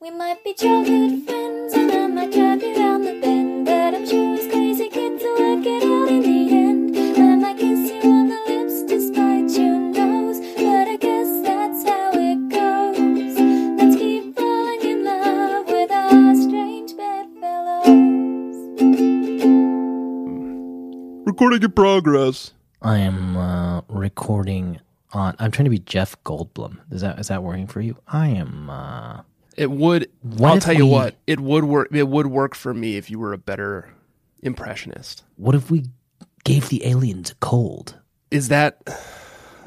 funny childhood friends, and I might drive you round the bend. But I'm sure it's crazy, kid, to work it out in the end. I might kiss you on the lips despite your nose, but I guess that's how it goes. Let's keep falling in love with our strange bedfellows. Recording in progress. I am uh, recording on. I'm trying to be Jeff Goldblum. Is that is that working for you? I am. Uh, It would. What I'll if tell you we- what. It would work. It would work for me if you were a better impressionist. what if we gave the aliens a cold? Is that?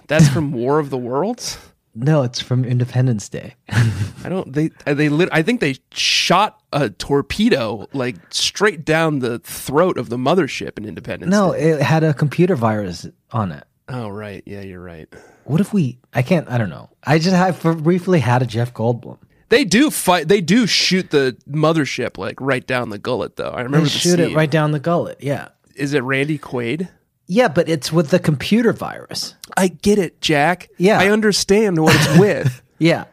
That's from War of the Worlds. No, it's from Independence Day. I don't. They uh, they. Lit, I think they shot a torpedo like straight down the throat of the mothership in Independence. No, Day. it had a computer virus on it. Oh right. Yeah, you're right. What if we? I can't. I don't know. I just have for briefly had a Jeff Goldblum. They do fight. They do shoot the mothership like right down the gullet, though. I remember They the shoot it scene. right down the gullet. Yeah. Is it Randy Quaid? Yeah, but it's with the computer virus. I get it, Jack. Yeah. I understand what it's with. Yeah.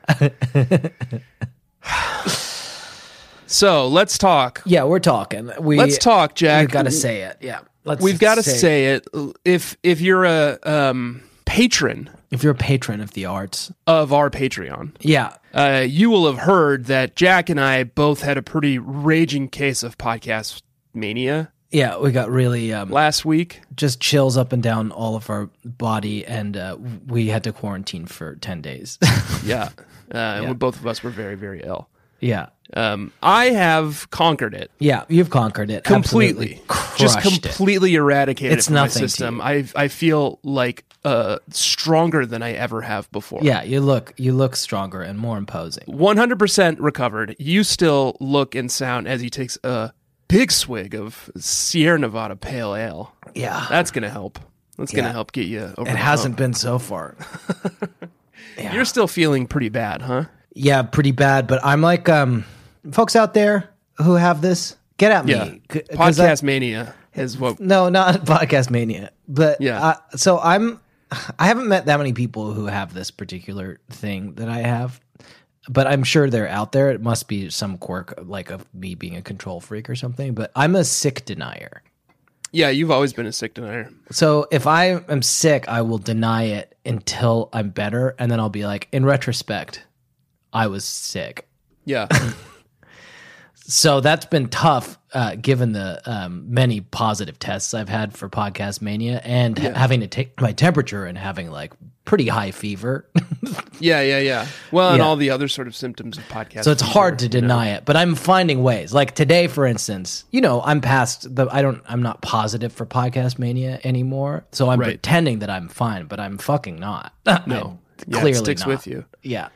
So let's talk. yeah, we're talking. We Let's talk, We've Jack. got to say it. Yeah. Let's We've got to it. say it. If if you're a um, patron if you're a patron of the arts. of our Patreon, Yeah. uh, you will have heard that Jack and I both had a pretty raging case of podcast mania Yeah, we got really um, last week. just chills up and down all of our body, and uh, we had to quarantine for 10 days. Yeah, uh, and we- both of us were very very ill. yeah. Um, I have conquered it Yeah, you've conquered it. completely, Absolutely crushed just it. completely eradicated It's it from my nothing to system. you. I I feel like uh, stronger than I ever have before. Yeah, you look you look stronger and more imposing. 100% recovered. You still look and sound as he takes a big swig of Sierra Nevada Pale Ale. Yeah. That's going to help. That's going to Yeah. help get you over. it the hasn't been so far. hump. You're still feeling pretty bad, huh? Yeah, pretty bad. But I'm like, um, folks out there who have this, get at me. Yeah. C- 'cause I- Podcast mania is what. no, not podcast mania. But Yeah. uh, so I'm. I haven't met that many people who have this particular thing that I have, but I'm sure they're out there. It must be some quirk, like of me being a control freak or something. But I'm a sick denier. Yeah, you've always been a sick denier. So if I am sick, I will deny it until I'm better, and then I'll be like, in retrospect, I was sick. Yeah. So that's been tough, uh, given the um, many positive tests I've had for Podcast Mania and ha- having to take my temperature and having like pretty high fever. Yeah, yeah, yeah. Well, and Yeah. all the other sort of symptoms of podcast. so it's fever, hard to you know? deny it, but I'm finding ways. Like today, for instance, you know, I'm past the, I don't, I'm not positive for Podcast Mania anymore. So I'm Right. pretending that I'm fine, but I'm fucking not. No. Yeah, clearly it sticks not. with you. Yeah.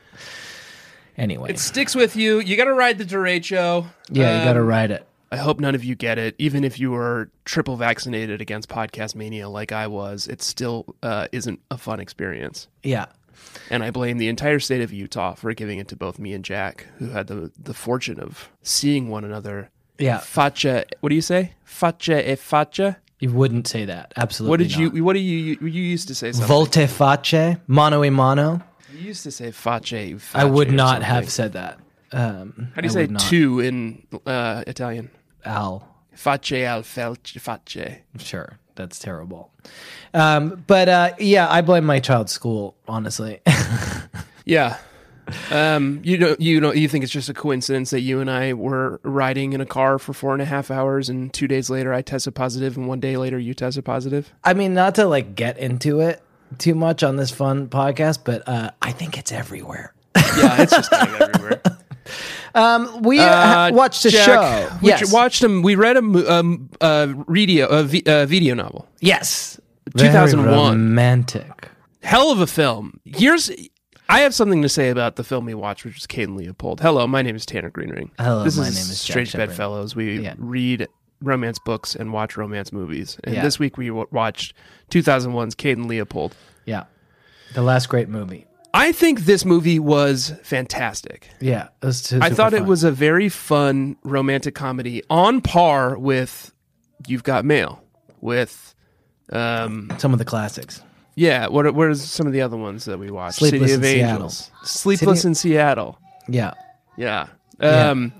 Anyway. It sticks with you. You got to ride the derecho. yeah, you got to Um, ride it. I hope none of you get it. Even if you were triple vaccinated against podcast mania like I was, it still uh, isn't a fun experience. Yeah. And I blame the entire state of Utah for giving it to both me and Jack, who had the, the fortune of seeing one another. Yeah. Faccia, what do you say? Faccia e faccia? You wouldn't say that. Absolutely. What did not. you, what do you, you used to say something. Volte face, mano e mano. you used to say faccia. e I would faccia or not something. have said that. Um, How do you I say would not. two in uh, Italian? Al. Facce al felce, facce. Sure, that's terrible. Um, but uh, yeah, I blame my child's school, honestly. Yeah. Um, you don't, you don't, you think it's just a coincidence that you and I were riding in a car for four and a half hours, and two days later I tested positive, and one day later you tested positive. I mean, not to like get into it too much on this fun podcast, but uh, I think it's everywhere. Yeah, it's just kind of everywhere. We ha- watched a Uh, Jack, show. We Yes. watched them. We read a mo- um, uh, radio, a vi- uh, video novel. yes. 2001. Very romantic. Hell of a film. Here's. I have something to say about the film we watched, which is Caden Leopold. Hello, my name is Tanner Greenring. Hello, this my is name is Jack Strange Shepard. Bedfellows. We Yeah. read romance books and watch romance movies. And Yeah. this week we w- watched 2001's Caden Leopold. Yeah. The last great movie. I think this movie was fantastic. Yeah. It was su- I super thought it fun. was a very fun romantic comedy on par with You've Got Mail, with um some of the classics. yeah, what are- what are some of the other ones that we watched? Sleepless City of in Seattle. Angels. Sleepless City- in Seattle. Yeah. Yeah. Um,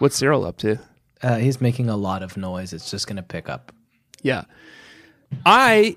What's Cyril up to? Uh, he's making a lot of noise. It's just going to pick up. Yeah. I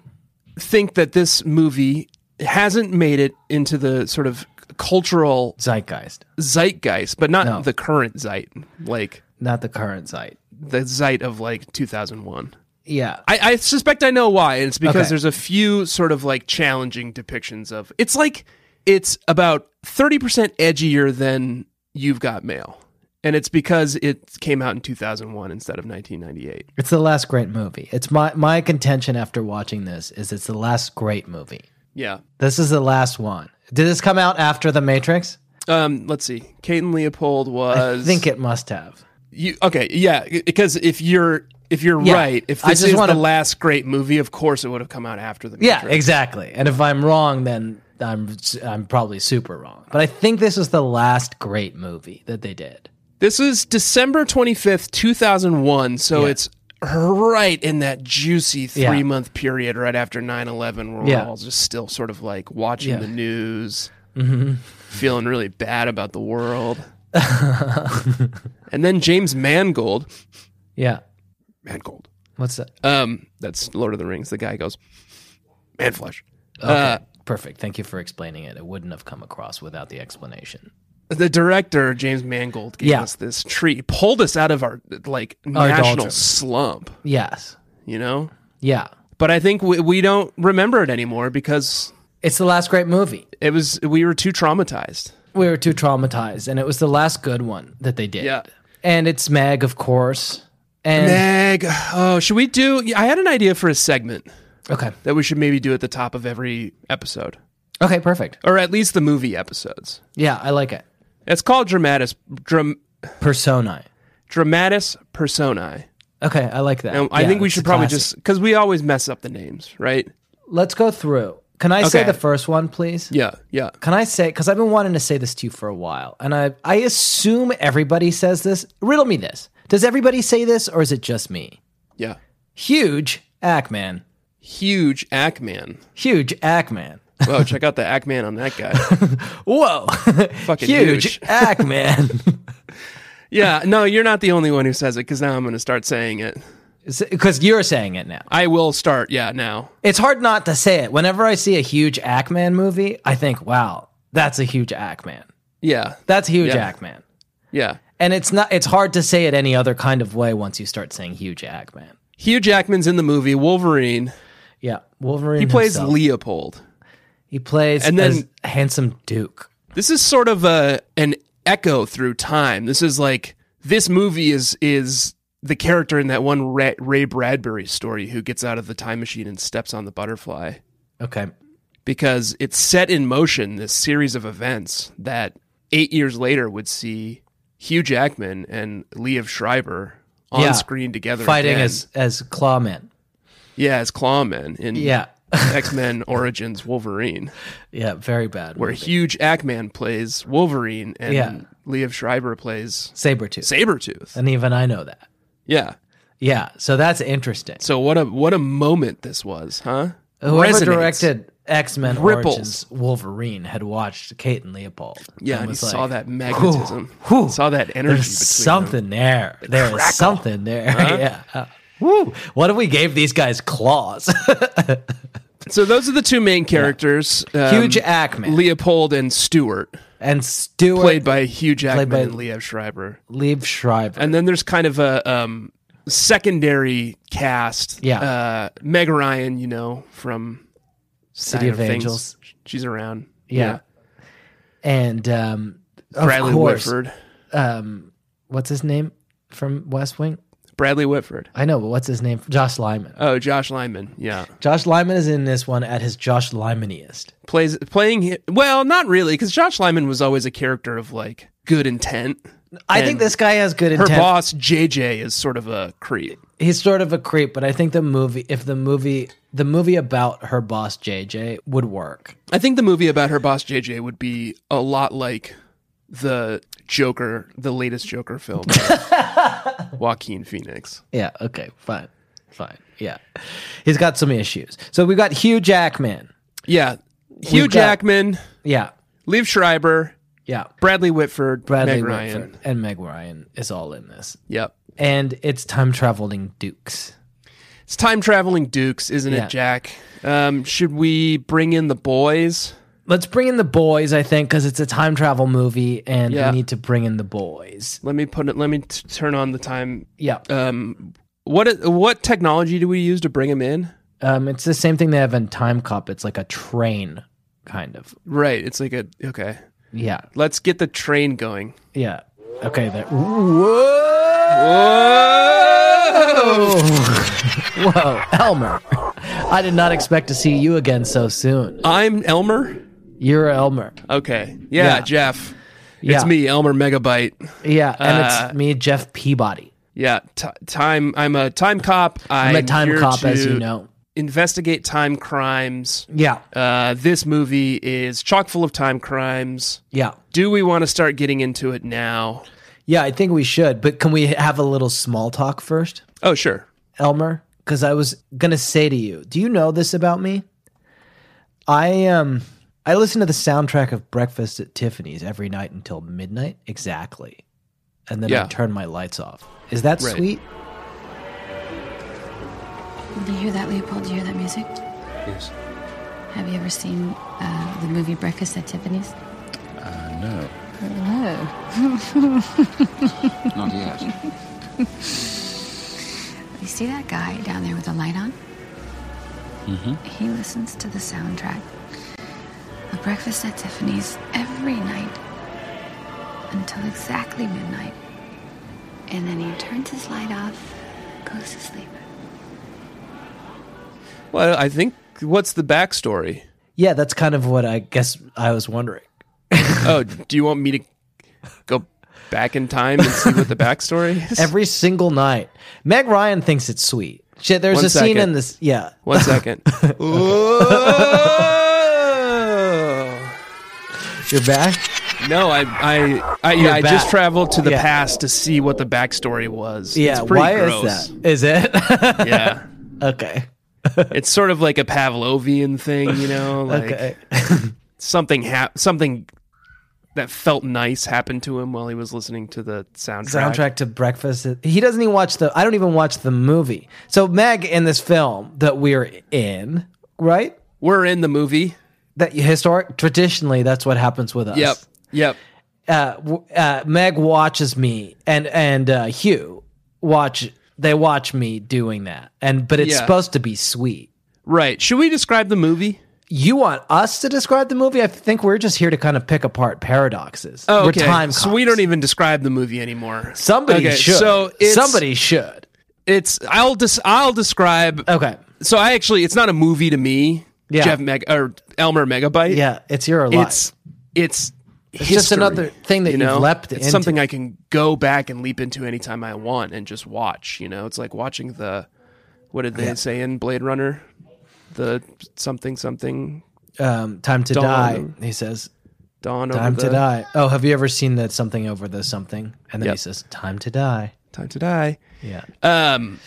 think that this movie hasn't made it into the sort of cultural Zeitgeist, zeitgeist, but not No. the current zeit, like not the current zeit. the zeit of like 2001. Yeah. I, I suspect I know why, and it's because Okay. there's a few sort of like challenging depictions of it's like it's about 30% edgier than You've Got Mail. And it's because it came out in 2001 instead of 1998. It's the last great movie. It's my my contention after watching this is it's the last great movie. Yeah. This is the last one. Did this come out after The Matrix? Um, let's see. Caden Leopold was I think it must have. you okay yeah because if you're if you're Yeah, right if I this just is wanna- the last great movie of course it would have come out after the Yeah, Matrix. exactly. And if I'm wrong, then I'm I'm probably super wrong. But I think this is the last great movie that they did. this is december 25th 2001 so it's right in that juicy three Yeah. month period right after 9-11 where Yeah. we're all just still sort of like watching Yeah. Mm-hmm. the news feeling really bad about the world and then james mangold Yeah. mangold What's that? um that's lord of the rings the guy goes manflesh Okay. Uh, Perfect. Thank you for explaining it. It wouldn't have come across without the explanation. the director James Mangold gave Yeah. us this treat, pulled us out of our like Our national doldrums. slump, Yes. you know. Yeah. But I think we, we don't remember it anymore because It's the last great movie. it was we were too traumatized. We were too traumatized, and it was the last good one that they did. Yeah. And it's Meg, of course. And Meg, oh, should we do? I had an idea for a segment okay. that we should maybe do at the top of every episode, Okay, perfect. or at least the movie episodes. Yeah, I like it. It's called dramatis dram, Personae. dramatis personae. Okay, I like that. And Um, I Yeah, think we it's should a probably classic. just because we always mess up the names, right? let's go through. Can I say Okay. the first one, please? Yeah, yeah. Can I say because I've been wanting to say this to you for a while, and I I assume everybody says this. Riddle me this: Does everybody say this, or is it just me? Yeah. Huge Ackman. Huge Ackman. Huge Ackman. Whoa, check out the Ackman on that guy. Whoa! Fucking huge huge. Ackman. Yeah, no, you're not the only one who says it because now I'm going to start saying it. Because you're saying it now. I will start, yeah, now. It's hard not to say it. Whenever I see a huge Ackman movie, I think, "Wow, that's a huge Ackman. Yeah, That's huge Yeah. Ackman." yeah. And it's not. It's hard to say it any other kind of way once you start saying huge Ackman. Hugh Jackman's in the movie Wolverine. Yeah, Wolverine. He plays himself. Leopold. He plays And then- as handsome Duke. This is sort of a an echo through time. This is like this movie is is the character in that one Ra- Ray Bradbury story who gets out of the time machine and steps on the butterfly Okay. because it set in motion this series of events that 8 years later would see Hugh Jackman and Liev Schreiber on Yeah. screen together Fighting again. as as Clawman. Yeah, as Clawman in Yeah. X Men Origins Wolverine, yeah, very bad. where movie. Huge Ackman plays Wolverine and Yeah. Liev Schreiber plays Sabretooth. Sabretooth. and even I know that. Yeah. Yeah, so that's interesting. So what a what a moment this was, huh? Whoever Resonates. directed X Men Ripples. Origins Wolverine had watched Kate and Leopold. Yeah, and and he was like, saw that magnetism. whew, saw that energy There's between something. something there. There's something there. yeah. Uh, Woo. What if we gave these guys claws? So those are the two main characters. um, Huge Ackman Leopold and Stewart, and Stuart played by Hugh Jackman by- and Liev Schreiber. Liev Schreiber. And then there's kind of a um, secondary cast. Yeah. Uh, Meg Ryan, you know, from City Iron of Things. Angels. She's around. Yeah. And um, of Bradley course, Whitford. Um, what's his name from West Wing? Bradley Whitford. I know, but what's his name? Josh Lyman. Oh, Josh Lyman. Yeah. Josh Lyman is in this one at his Josh Lymaniest. Plays playing hi- well, not really cuz Josh Lyman was always a character of like good intent. I And think this guy has good Her intent. boss JJ is sort of a creep. He's sort of a creep, but I think the movie, if the movie, the movie about her boss JJ would work. I think the movie about her boss JJ would be a lot like the Joker, the latest Joker film. with Joaquin Phoenix. Yeah. Okay. Fine. Fine. Yeah. He's got some issues. So we got Hugh Jackman. Yeah. Hugh We've got- Jackman, Yeah. Liev Schreiber, Yeah. Bradley Whitford, Bradley Meg Whitford Ryan. and Meg Ryan is all in this. Yep. And it's time traveling Dukes. It's time traveling Dukes, isn't Yeah. it, Jack? Um, should we bring in the boys? Let's bring in the boys, I think, because it's a time travel movie and Yeah. we need to bring in the boys. Let me put it. Let me t- turn on the time. Yeah. Um, what what technology do we use to bring them in? Um, it's the same thing they have in Time Cop. It's like a train, kind of. Right. It's like a okay. Yeah. Let's get the train going. Yeah. Okay. There. Whoa. Whoa! Whoa. Elmer. I did not expect to see you again so soon. I'm Elmer. You're Elmer. Okay. Yeah, Yeah. Jeff. Yeah. It's me, Elmer Megabyte. Yeah. And Uh, it's me, Jeff Peabody. Yeah, t- time. I'm a time cop. I'm a time here cop, as to you know. Investigate time crimes. Yeah. Uh, this movie is chock full of time crimes. Yeah. Do we want to start getting into it now? Yeah. I think we should, but can we have a little small talk first, Oh, sure. Elmer? Because I was going to say to you, do you know this about me? I, um, I listen to the soundtrack of Breakfast at Tiffany's every night until midnight exactly. And then I Yeah. turn my lights off. Is that Right. sweet? Do you hear that, Leopold? Do you hear that music? Yes. Have you ever seen uh, the movie Breakfast at Tiffany's? No, No. not yet. You see that guy down there with the light on? Mm-hmm. He listens to the soundtrack of Breakfast at Tiffany's every night until exactly midnight. And then he turns his light off, goes to sleep. Well, I think what's the backstory? Yeah, that's kind of what I guess I was wondering. oh, do you want me to go back in time and see what the backstory is? Every single night, Meg Ryan thinks it's sweet. Shit, there's One a scene second. in this. Yeah, One second. Whoa! you're back. No, I I I, yeah, I back. just traveled to the Yeah. past to see what the backstory was. Yeah, it's pretty why gross. is that? Is it? Yeah, okay. it's sort of like a Pavlovian thing, you know, like Okay. something hap- something that felt nice happened to him while he was listening to the soundtrack. Soundtrack to Breakfast. at- He doesn't even watch the. I don't even watch the movie. So Meg in this film that we're in, right? We're in the movie. That historic traditionally, that's what happens with us. Yep. Yep. uh, w- uh, Meg watches me and and uh, Hugh watch they watch me doing that and but it's Yeah. supposed to be sweet. Right. Should we describe the movie? You want us to describe the movie? I think we're just here to kind of pick apart paradoxes. Oh, We're okay. time so we cops. don't even describe the movie anymore. Somebody Okay, should. So it's, somebody should. It's I'll dis- I'll describe. Okay. So I actually it's not a movie to me. Yeah. Jeff Meg or Elmer Megabyte. Yeah, it's your life. It's it's it's just another thing that you you've know? leapt It's into. something I can go back and leap into anytime I want and just watch. You know, it's like watching the what did they say in Blade Runner, the something something um, time to Dawn. die. He says, dawn "Time over to the, die." Oh, have you ever seen that something over the something? And then he Yep. says, "Time to die." time to die. Yeah, Um,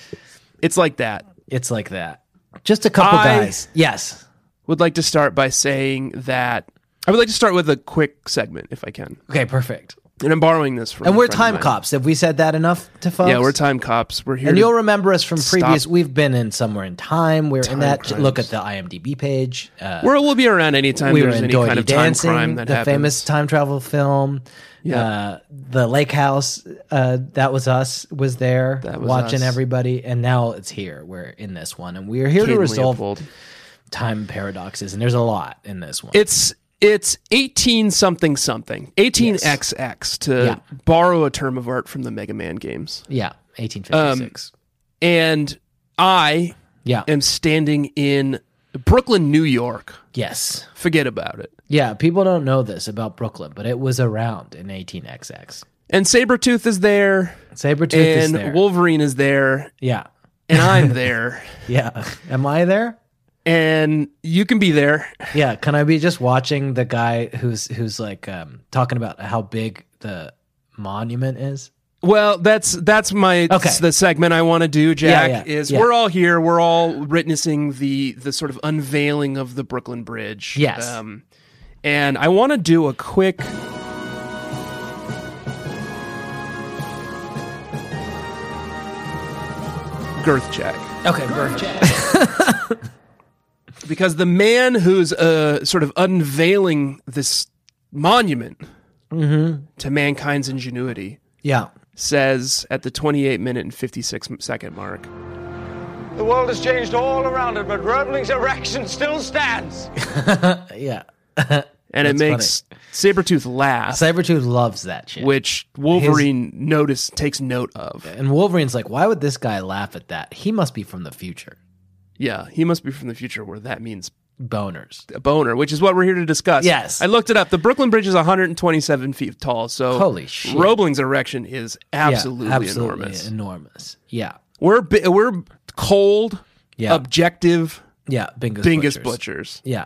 it's like that. it's like that. Just a couple I- guys. Yes. Would like to start by saying that I would like to start with a quick segment if I can, Okay. Perfect. and I'm borrowing this from And a we're friend of time mine. cops. Have we said that enough to folks? Yeah, we're time cops. We're here. And to- you'll remember us from Stop. previous. We've been in somewhere in time. We're in that. crimes. Look at the IMDb page. Uh, we're, we'll be around anytime we were there's in any Doherty kind of time Dancing, crime that the happens. famous time travel film. Yeah. Uh, the Lake House. Uh, that was us. Was there That was watching us. everybody, and now it's here. We're in this one, and we're here Kid to resolve Leopold. time paradoxes. And there's a lot in this one. It's it's eighteen something something eighteen XX to Yeah. borrow a term of art from the Mega Man games. yeah, 1856. um, And I yeah. am standing in Brooklyn, New York. yes. Forget about it. Yeah, people don't know this about Brooklyn, but it was around in 18XX. And Sabretooth is there, Sabretooth is and there. Wolverine is there, yeah. and I'm there, Yeah. Am I there? and you can be there. Yeah. Can I be just watching the guy who's who's like um talking about how big the monument is? Well, that's that's my Okay. the segment I want to do, Jack. yeah, is yeah. we're all here, we're all witnessing the the sort of unveiling of the Brooklyn Bridge. Yes. Um, and I want to do a quick girth check. Okay, birth check. Because the man who's uh, sort of unveiling this monument Mm-hmm. to mankind's ingenuity yeah. says at the 28 minute and 56 second mark The world has changed all around it, but Roebling's erection still stands. Yeah. and it That's makes Sabretooth laugh, Sabretooth loves that shit. which Wolverine notice takes note of. and Wolverine's like, why would this guy laugh at that? He must be from the future. Yeah, he must be from the future where that means Boners. a boner, which is what we're here to discuss. Yes. I looked it up. The Brooklyn Bridge is 127 feet tall, so Holy shit. Roebling's erection is Yeah, absolutely, enormous. enormous. Yeah. We're bi- we're cold, Yeah. objective Yeah. Bingus. Dingus Butchers. butchers. Yeah.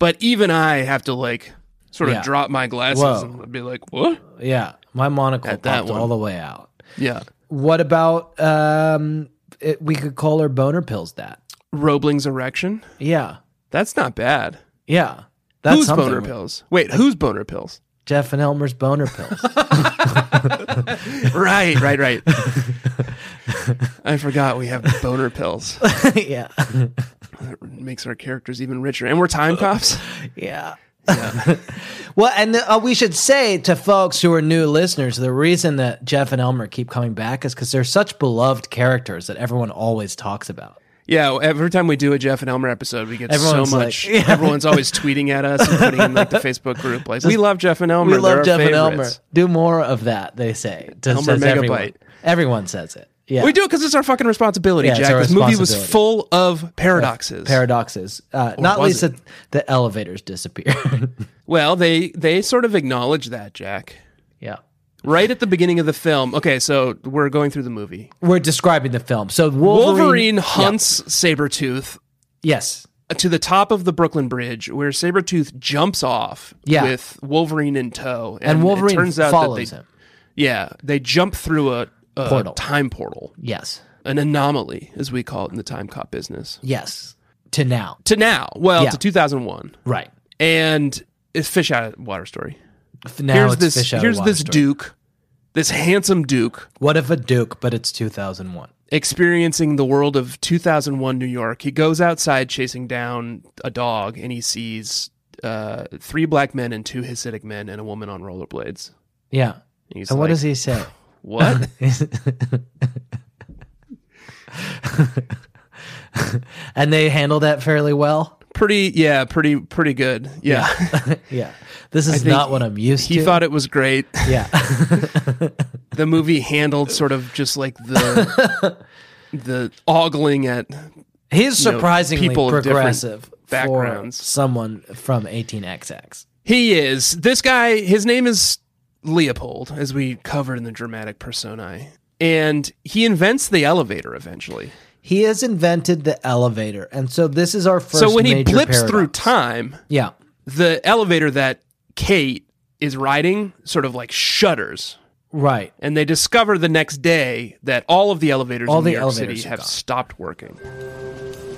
But even I have to like sort of Yeah. drop my glasses Whoa. and be like, "What?" Yeah. My monocle At that popped one. all the way out. Yeah. What about um it, we could call her boner pills that. Roebling's erection. Yeah. That's not bad. Yeah. That's who's something. boner pills? Wait, who's boner pills? Jeff and Elmer's boner pills. right, right, right. I forgot we have boner pills. yeah. makes our characters even richer, and we're time cops. Yeah. well, and uh, we should say to folks who are new listeners, the reason that Jeff and Elmer keep coming back is because they're such beloved characters that everyone always talks about. Yeah, every time we do a Jeff and Elmer episode, we get Everyone's so like- much. Yeah. Everyone's always tweeting at us and putting in like the Facebook group. Like, we love Jeff and Elmer. we love They're Jeff our and Elmer. favorites." Do more of that, they say. Does- Elmer says Everyone. Megabyte. everyone says it. Yeah. We do it because it's our fucking responsibility, Yeah, it's Jack. our This movie was responsibility. full of paradoxes. Paradoxes. Uh, not was least it? that the elevators disappear. well, they they sort of acknowledge that, Jack. yeah. Right at the beginning of the film. Okay, so we're going through the movie. We're describing the film. So Wolverine, Wolverine, hunts Sabretooth uh, Yes. to the top of the Brooklyn Bridge where Sabretooth jumps off Yeah. with Wolverine in tow. And, it Wolverine follows they, him. Yeah, they jump through a, a Portal. time portal, Yes. an anomaly, as we call it in the time cop business, Yes. To now. to now. Well, Yeah. to 2001. Right. And it's fish out of water story. F- Now here's it's this, fish out of here's water this story. Duke, this handsome Duke, What if a Duke, but it's 2001? experiencing the world of 2001 New York. He goes outside chasing down a dog and he sees uh, three black men and two Hasidic men and a woman on rollerblades. Yeah. He's and what like, does he say? What? and they handle that fairly well. pretty, yeah, pretty, pretty good. Yeah. Yeah. This is think not what I'm used he to. thought it was great. yeah. The movie handled sort of just like the the ogling at He's you know, surprisingly people of different progressive backgrounds. for someone from 18XX. He is. This guy, his name is Leopold, as we covered in the dramatic personae. And he invents the elevator eventually. He has invented the elevator. And so this is our first so when he major blips through paradox. time, Yeah. the elevator that Kate is riding sort of like shudders. Right. And they discover the next day that all of the elevators All in the New York elevators City are have gone. stopped working.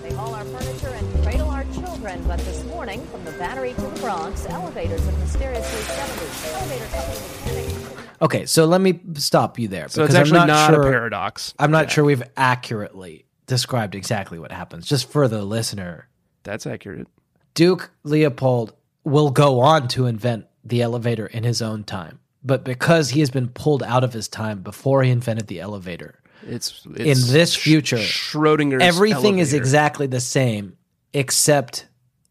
They haul our furniture and cradle our children, but this morning, from the Battery to the Bronx, elevators have mysteriously severed. Elevator company mechanics could not Okay. So let me stop you there. So it's because actually I'm not, not, sure, a paradox. I'm not sure we've accurately described exactly what happens, just for the listener. That's accurate. Duke Leopold will go on to invent the elevator in his own time. But because he has been pulled out of his time before he invented the elevator, It's, it's in this Sch- future, Schrodinger's everything is elevator. exactly the same except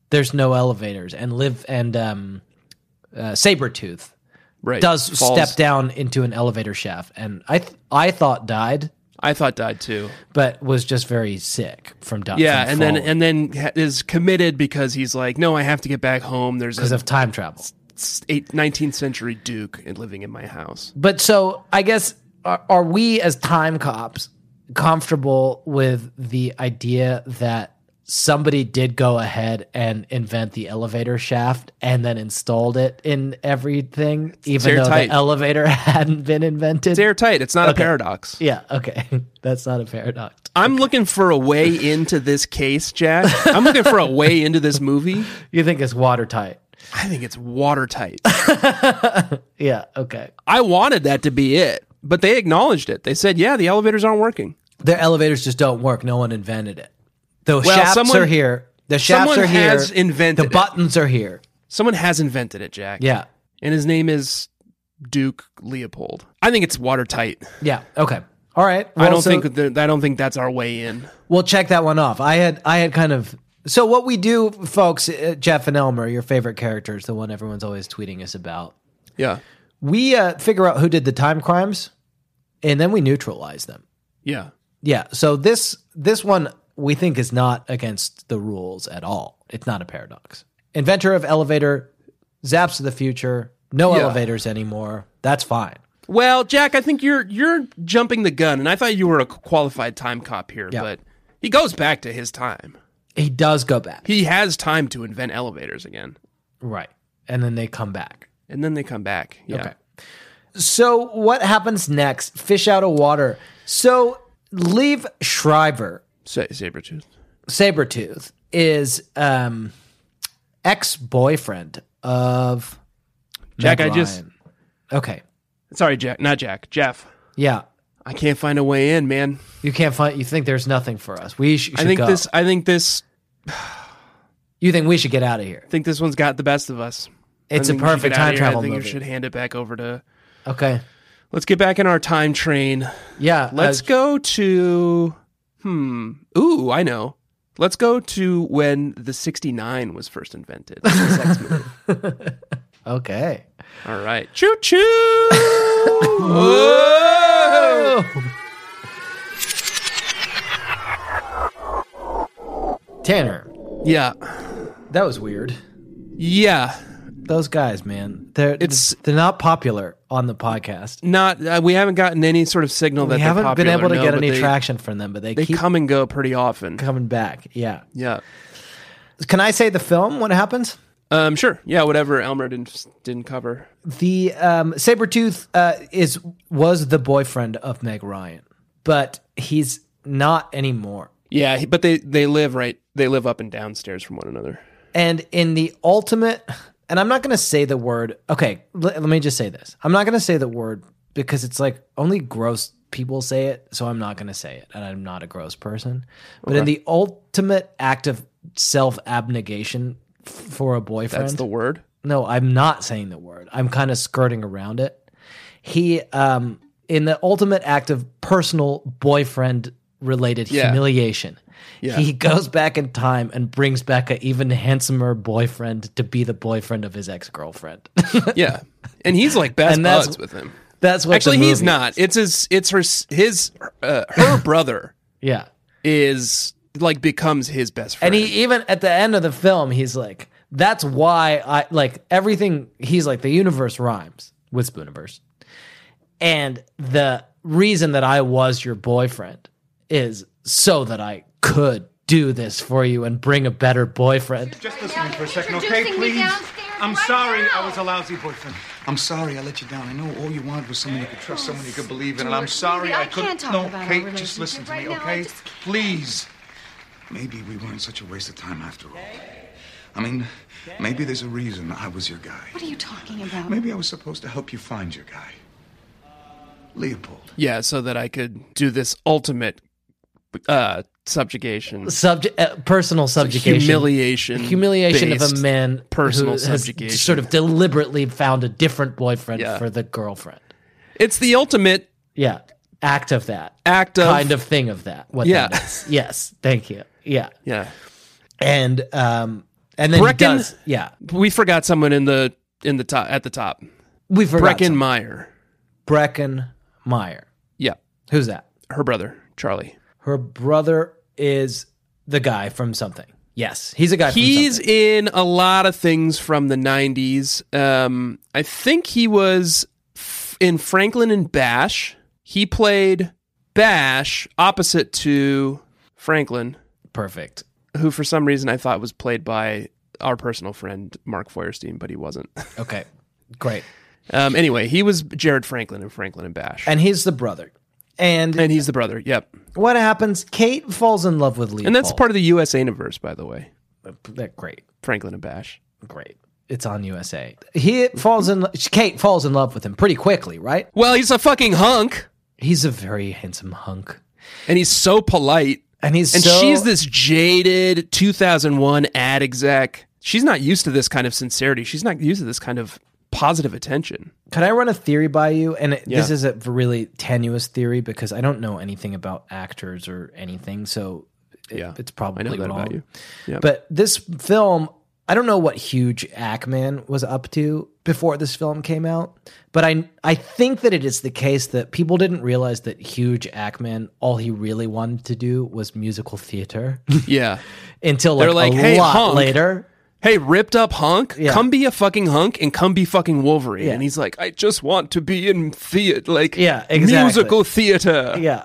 there's no elevators and live and um uh, Sabretooth right. does Falls. step down into an elevator shaft and I th- I thought died I thought died too. but was just very sick from dying. Yeah, and then and then ha- is committed because he's like, no, I have to get back home. There's because a of time travel. s- eight- 19th century duke and living in my house. But so I guess are, are we as time cops comfortable with the idea that somebody did go ahead and invent the elevator shaft and then installed it in everything, even though airtight. the elevator hadn't been invented? It's airtight. It's not a paradox. yeah, okay. That's not a paradox. I'm looking for a way into this case, Jack. I'm looking for a way into this movie. You think it's watertight. I think it's watertight. Yeah, okay. I wanted that to be it, but they acknowledged it. They said, yeah, the elevators aren't working. their elevators just don't work. No one invented it. The shafts someone- are here. The shafts someone are here. has invented the it. buttons are here. Someone has invented it, Jack. Yeah. And his name is Duke Leopold. I think it's watertight. Yeah. Okay. All right. I don't Well, so- think that, I don't think that's our way in. We'll check that one off. I had I had kind of so what we do, folks. uh, Jeff and Elmer, your favorite characters, the one everyone's always tweeting us about. Yeah. We uh, figure out who did the time crimes, and then we neutralize them. Yeah. Yeah. So this this one we think is not against the rules at all. It's not a paradox. Inventor of elevator, zaps to the future. No Yeah. elevators anymore. That's fine. Well, Jack, I think you're you're jumping the gun, and I thought you were a qualified time cop here, Yeah. but he goes back to his time. He does go back. He has time to invent elevators again, right. And then they come back. and then they come back. Yeah. Okay. So what happens next? Fish out of water. So leave Shriver, Sa- Sabretooth. Sabretooth, is um ex boyfriend of Jack, Meg I just- Ryan. Okay. Sorry, Jack. Not Jack. Jeff. Yeah. I can't find a way in, man. You can't find you think there's nothing for us. We sh- should I think go. this. I think this. you think we should get out of here. I think this one's got the best of us. I It's a think we should perfect get out time of here. travel I think movie. you should hand it back over to. Okay. Let's get back in our time train. Yeah. Let's uh, go to hmm. Ooh, I know. Let's go to when the '69 was first invented. Sex move. Okay. All right, choo choo. Tanner. yeah, That was weird. yeah. Those guys, man. They're It's- they're not popular on the podcast. Not uh, we haven't gotten any sort of signal that we they're haven't popular, been able to no, get but any they, traction from them, but they, They keep come and go pretty often. coming back. Yeah. Yeah. Can I say the film? What happens? Um. Sure. Yeah. Whatever Elmer didn't didn't cover. The um, Sabretooth uh, is was the boyfriend of Meg Ryan, but he's not anymore. Yeah. he- But they they live right. They live up and downstairs from one another. And in the ultimate, and I'm not going to say the word. Okay, l- let me just say this. I'm not going to say the word because it's like only gross people say it, so I'm not going to say it, and I'm not a gross person. But in the ultimate act of self abnegation f- for a boyfriend, That's the word. no, I'm not saying the word. I'm kind of skirting around it. He, um, in the ultimate act of personal boyfriend related Yeah. humiliation, Yeah. he goes back in time and brings back an even handsomer boyfriend to be the boyfriend of his ex girlfriend. Yeah, and he's like best And that's- buds with him. That's what the Actually, he's movie- not. It's his. It's her. His. Uh, her brother Yeah, is like becomes his best friend. and he even at the end of the film, he's like, "That's why I like everything." He's like, "The universe rhymes with Spooniverse," and the reason that I was your boyfriend is so that I could do this for you and bring a better boyfriend. Just listen to me for a second, okay, please? I'm sorry I was a lousy boyfriend. I'm sorry I let you down. I know all you wanted was someone you could trust, someone you could believe in, and I'm sorry I couldn't. no, Kate, just listen to me, okay? Please. Maybe we weren't such a waste of time after all. I mean, maybe there's a reason I was your guy. What are you talking about? Maybe I was supposed to help you find your guy. Leopold. yeah, so that I could do this ultimate uh subjugation, Subject, uh, personal subjugation, humiliation, humiliation of a based- man, personal who has subjugation. sort of deliberately found a different boyfriend Yeah. for the girlfriend. It's the ultimate Yeah, act of that. act of kind of thing of that. What Yeah. that is. Yes. Thank you. Yeah. Yeah, And um and then he Brecken- does. Yeah. we forgot someone in the in the top at the top. We forgot Brecken Brecken, Meyer. Brecken Meyer. Yeah, Who's that? her brother Charlie. Her brother is the guy from something. Yes. He's a guy He's from something. in a lot of things from the 90s. Um, I think he was f- in Franklin and Bash. He played Bash opposite to Franklin, perfect. who for some reason I thought was played by our personal friend Mark Feuerstein, but he wasn't. Okay. Great. Um, anyway, he was Jared Franklin in Franklin and Bash. And he's the brother. And, and he's the brother. Yep. what happens? Kate falls in love with Leopold. And that's part of the USA universe, by the way. of that great. Franklin and Bash. Great. It's on USA. He falls in Kate falls in love with him pretty quickly, right? Well, he's a fucking hunk. He's a very handsome hunk. and he's so polite. And he's And so- she's this jaded 2001 ad exec. She's not used to this kind of sincerity. She's not used to this kind of positive attention. Can I run a theory by you? And it, this Yeah. is a really tenuous theory because I don't know anything about actors or anything, so it- Yeah, it's probably I know that wrong. about you. Yeah. But this film, I don't know what huge Ackman was up to before this film came out, but I I think that it is the case that people didn't realize that huge Ackman all he really wanted to do was musical theater Yeah. until like, They're like, a "Hey, lot hunk." later. Hey, ripped up hunk, Yeah. come be a fucking hunk and come be fucking Wolverine. Yeah. And he's like, I just want to be in theater, like Yeah, exactly. musical theater. Yeah.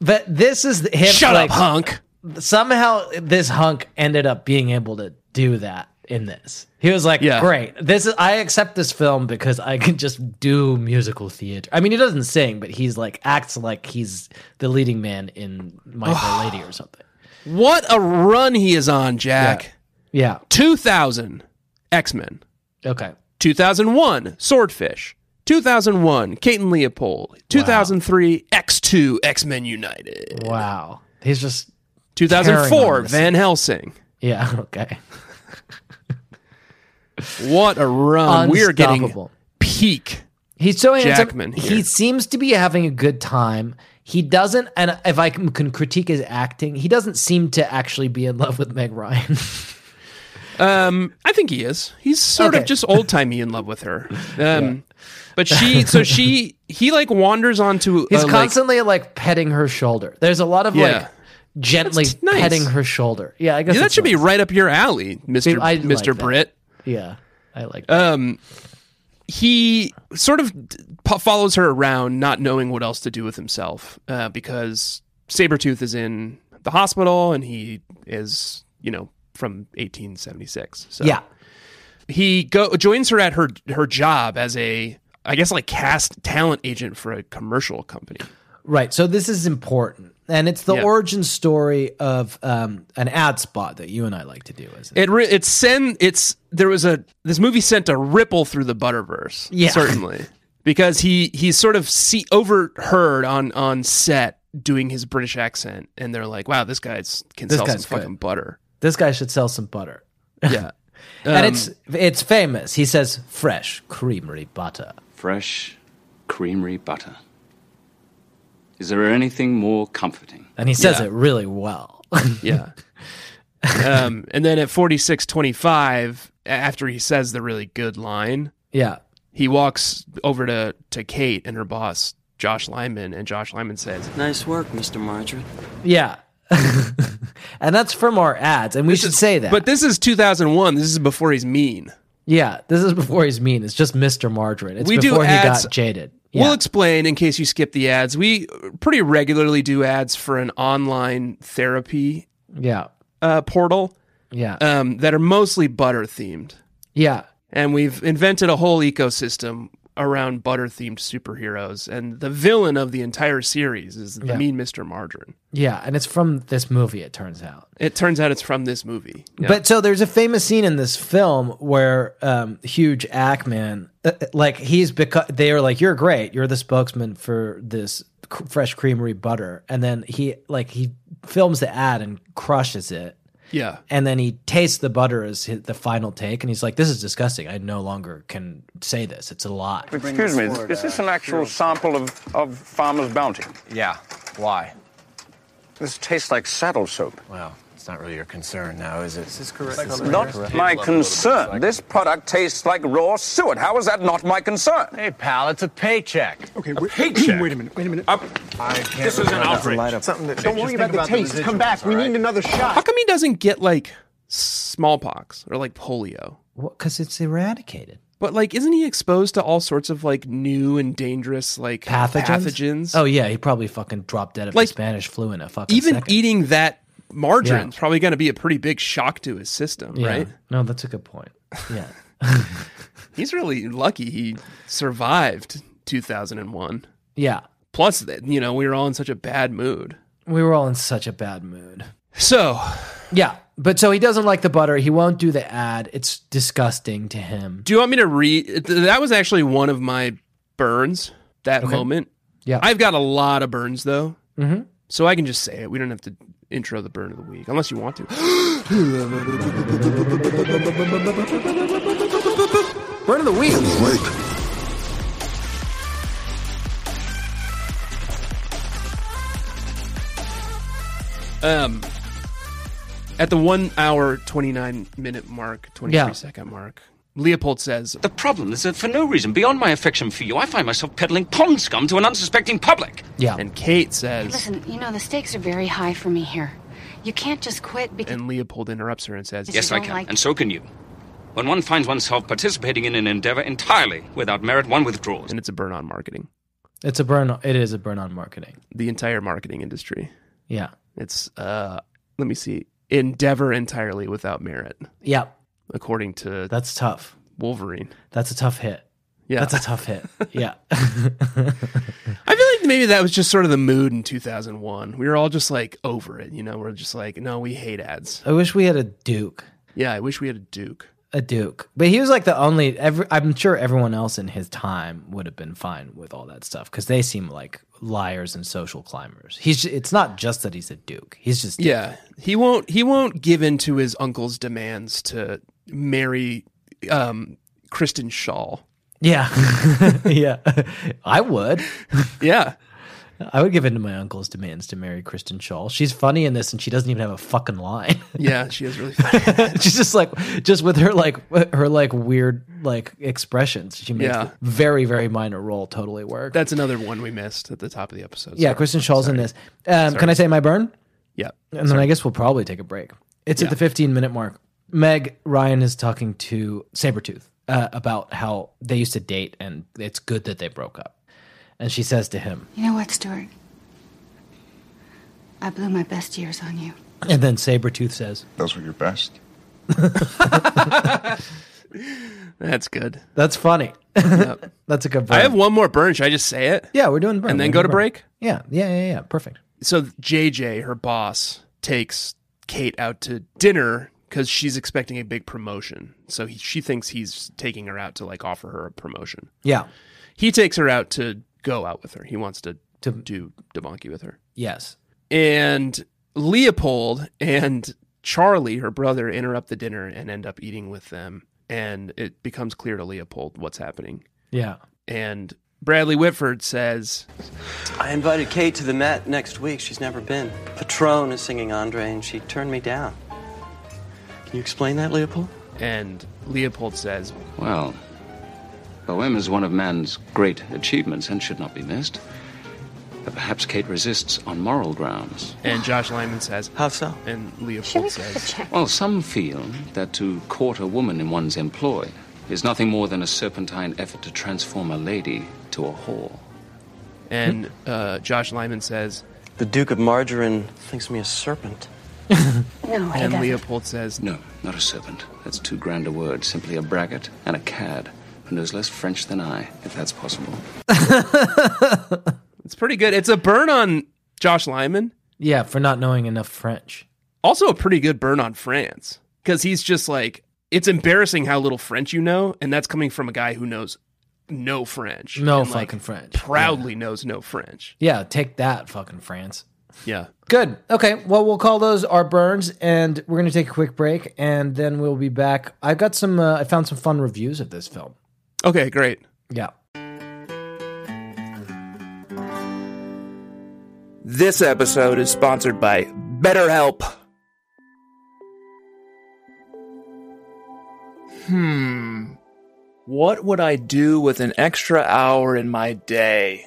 But this is the- him. Shut like, up, hunk. somehow this hunk ended up being able to do that in this. He was like, Yeah. "Great, this is I accept this film because I can just do musical theater." I mean, he doesn't sing, but he's like acts like he's the leading man in My Fair Lady or something. What a run he is on, Jack. Yeah. 2000, X Men. Okay. 2001, Swordfish. 2001, Caton Leopold. 2003, X2, X Men United. Wow. He's just 2004, Carrying on this. Van Helsing. yeah. Okay. What a run. We are getting Unstoppable. peak. He's so handsome. Jackman here. he seems to be having a good time. He doesn't, and if I can, can critique his acting, he doesn't seem to actually be in love with Meg Ryan. Um, I think he is. He's sort Okay. of just old timey in love with her. Um, But she, so she, he like wanders onto. He's a, like- constantly like, petting her shoulder. There's a lot of Yeah. like gently That's nice. petting her shoulder. Yeah, I guess Yeah, that it's should be nice. right up your alley, Mister I like Mister that. Britt. Yeah, I like. That. Um, he sort of d- po- follows her around, not knowing what else to do with himself, uh, because Sabretooth is in the hospital and he is, you know, from 1876. So yeah, he go joins her at her her job as a I guess like cast talent agent for a commercial company. right. So this is important, and it's the Yeah. origin story of um, an ad spot that you and I like to do, isn't it? It re- it send it's there was a this movie sent a ripple through the Butterverse. Yeah. certainly because he he's sort of see overheard on on set doing his British accent, and they're like, "Wow, this guy's can This sell guy's some good." fucking butter." This guy should sell some butter, Yeah, Um, and it's it's famous. He says fresh creamery butter. Fresh creamery butter. Is there anything more comforting? And he says Yeah. it really well. yeah. um, and then at forty six twenty five, after he says the really good line, yeah. he walks over to to Kate and her boss. Josh Lyman and Josh Lyman says, Nice work, Mr. Margaret. Yeah. and that's from our ads. And we should say that. but this is 2001. This is before he's mean. Yeah, this is before he's mean. It's just Mr. Margarine. It's We do before ads- he got jaded. We'll Yeah. explain in case you skip the ads. We pretty regularly do ads for an online therapy yeah. uh, portal Yeah. um, that are mostly butter themed. yeah. And we've invented a whole ecosystem around butter themed superheroes. And the villain of the entire series is the Yeah. mean Mr. Margarine. Yeah. And it's from this movie, it turns out. It turns out it's from this movie. Yeah. But so there's a famous scene in this film where um, huge Ackman, uh, uh, like he's because they are like, "You're great. You're the spokesman for this cr- fresh creamery butter," and then he like he films the ad and crushes it, yeah. and then he tastes the butter as his, the final take, and he's like, "This is disgusting. I no longer can say this. It's a lie." Excuse me, is this an actual sample of, of Farmer's Bounty? Yeah. Why? This tastes like saddle soap. Well, it's not really your concern now, is it? This is correct. Not my concern. This product tastes like raw suet. How is that not my concern? Hey, pal, it's a paycheck. Okay, A wait, paycheck. wait a minute, wait a minute. This is an outrage. Something that- Don't worry about the taste. Come back. We need another shot. How come he doesn't get like smallpox or like polio? Because it's eradicated. But like, isn't he exposed to all sorts of like new and dangerous like pathogens. pathogens? Oh yeah, he probably fucking dropped dead of Like, the Spanish flu in a fucking even e- second. eating that margarine Yeah. is probably going to be a pretty big shock to his system, Yeah. right? No, that's a good point. Yeah, He's really lucky he survived 2001. yeah. Plus, that you know, we were all in such a bad mood. We were all in such a bad mood. So, Yeah, but so he doesn't like the butter. He won't do the ad. It's disgusting to him. do you want me to read? th- That was actually one of my burns. That moment. Yeah. I've got a lot of burns though. So I can just say it. We don't have to intro the burn of the week unless you want to. Burn of the week. Um, at the one hour, 29 minute mark, Yeah. twenty-three second mark, Leopold says, The problem is that for no reason beyond my affection for you, I find myself peddling pond scum to an unsuspecting public. Yeah. And Kate says, Listen, you know, the stakes are very high for me here. You can't just quit because. and Leopold interrupts her and says, Yes, you I don't can, like- and so can you. When one finds oneself participating in an endeavor entirely without merit, one withdraws. And it's a burn on marketing. It's a burn. It is a burn on marketing. The entire marketing industry. Yeah. It's, uh, let me see, endeavor entirely without merit. Yeah. According to That's tough. Wolverine. That's a tough hit. Yeah. That's a tough hit. Yeah. I feel like maybe that was just sort of the mood in 2001. We were all just like over it, you know. We're just like, no, we hate ads. I wish we had a Duke. Yeah, I wish we had a Duke. A Duke. But he was like the only every I'm sure everyone else in his time would have been fine with all that stuff cuz they seem like liars and social climbers. He's it's not just that he's a Duke. He's just Yeah, he won't. He won't give in to his uncle's demands to marry um, Kristen Shaw. Yeah. yeah. I would. Yeah. I would give in to my uncle's demands to marry Kristen Shaw. She's funny in this and she doesn't even have a fucking line. Yeah, she is really. she's just like just with her like her like weird like expressions she makes Yeah. the very very minor role totally work That's another one we missed at the top of the episode. yeah Sorry. kristen shaw's in this um, Sorry. can i say my burn Yeah. and then i guess we'll probably take a break it's at the 15 minute mark meg ryan is talking to sabretooth uh, about how they used to date and it's good that they broke up and she says to him You know what, Stuart? I blew my best years on you. and then sabretooth says Those were your best. That's good. that's funny Yep. that's a good burn. I have one more burn. Should I just say it? yeah we're doing the burn. And then We're go doing to the burn. break? yeah yeah yeah yeah perfect so JJ, her boss, takes Kate out to dinner because she's expecting a big promotion. So he, she thinks he's taking her out to like offer her a promotion. yeah He takes her out to go out with her. He wants to, do debonky with her. yes And Leopold and Charlie, her brother, interrupt the dinner and end up eating with them. And it becomes clear to Leopold what's happening. yeah And Bradley Whitford says, I invited Kate to the Met next week. She's never been. Patron is singing Andre, and she turned me down. Can you explain that, Leopold? and Leopold says, Well, Bohème is one of man's great achievements and should not be missed. But perhaps Kate resists on moral grounds. And Josh Lyman says, How so? And Leopold says, Well, some feel that to court a woman in one's employ is nothing more than a serpentine effort to transform a lady to a whore. and uh, Josh Lyman says, The Duke of Margarine thinks me a serpent. No, he and doesn't. Leopold says, No, not a serpent. That's too grand a word. Simply a braggart and a cad who knows less French than I, if that's possible. It's pretty good. It's a burn on Josh Lyman. Yeah, for not knowing enough French. Also, a pretty good burn on France because he's just like, it's embarrassing how little French you know. And that's coming from a guy who knows no French. No and, like, fucking French. Proudly knows no French. Yeah, take that, fucking France. Yeah. Good. Okay. Well, we'll call those our burns, and we're gonna take a quick break, and then we'll be back. I got some. Uh, I found some fun reviews of this film. Okay, great. Yeah. This episode is sponsored by BetterHelp. Hmm. What would I do with an extra hour in my day?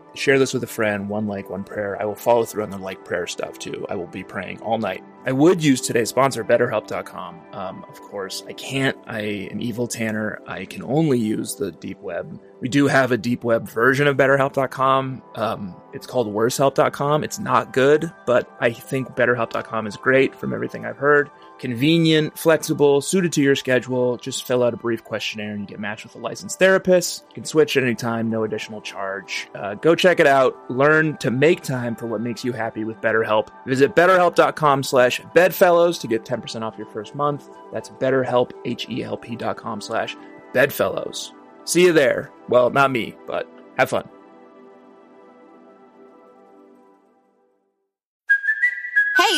Share this with a friend, one like, one prayer. I will follow through on the like prayer stuff too. I will be praying all night. I would use today's sponsor, betterhelp.com. Um, of course, I can't. I am evil Tanner. I can only use the deep web. We do have a deep web version of betterhelp.com. Um, it's called worsehelp.com. It's not good, but I think betterhelp.com is great from everything I've heard. Convenient, flexible, suited to your schedule. Just fill out a brief questionnaire and you get matched with a licensed therapist. You can switch at any time, no additional charge. Uh, go check it out. Learn to make time for what makes you happy with BetterHelp. Visit betterhelp.com slash bedfellows to get 10% off your first month. That's betterhelp, H-E-L-P dot com slash bedfellows. See you there. Well, not me, but have fun. Hey,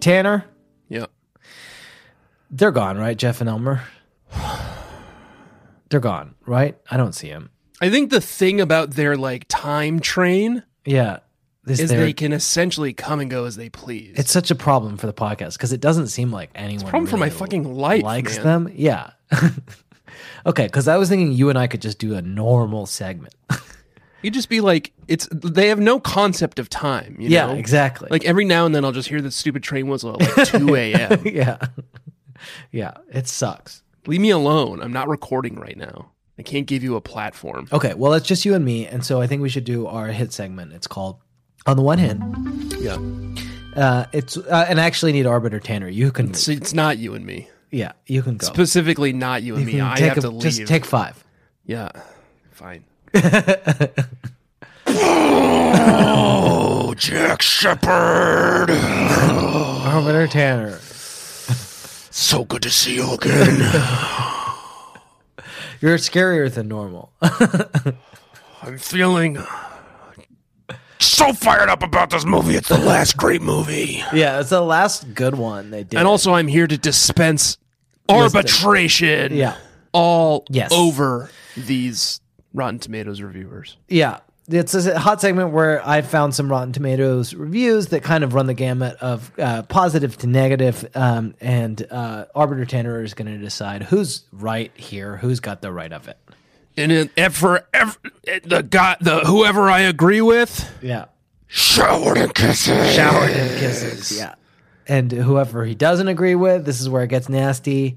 Tanner. Yep. They're gone, right? Jeff and Elmer. They're gone, right? I don't see him. I think the thing about their like time train Yeah. is, Is there- they can essentially come and go as they please. It's such a problem for the podcast because it doesn't seem like anyone problem for my really fucking life, likes man. them. Yeah. okay, because I was thinking you and I could just do a normal segment. You just be like, it's they have no concept of time. You Yeah, know? exactly. Like every now and then, I'll just hear the stupid train whistle at like two a.m. yeah, yeah, it sucks. Leave me alone. I'm not recording right now. I can't give you a platform. Okay, well, it's just you and me, and so I think we should do our hit segment. It's called "On the One Hand." Yeah, uh, it's uh, and I actually need Arbiter Tanner. You can, it's, it's not you and me. yeah, you can go. Specifically, not you and You me. can I take have a- to leave. Just take five. Yeah, fine. oh, Jack Shepard. Arbiter Tanner. So good to see you again. You're scarier than normal. I'm feeling uh, so fired up about this movie. It's the last great movie. yeah, it's the last good one they did. And also, I'm here to dispense Listen. arbitration. Yeah. All Yes. over these Rotten Tomatoes reviewers. Yeah. It's a hot segment where I found some Rotten Tomatoes reviews that kind of run the gamut of uh, positive to negative, um, and uh, Arbiter Tanner is going to decide who's right here, who's got the right of it. And it, and for ev- it- the guy, the whoever I agree with, Yeah, showered in kisses. showered in kisses. Yeah, and whoever he doesn't agree with, this is where it gets nasty.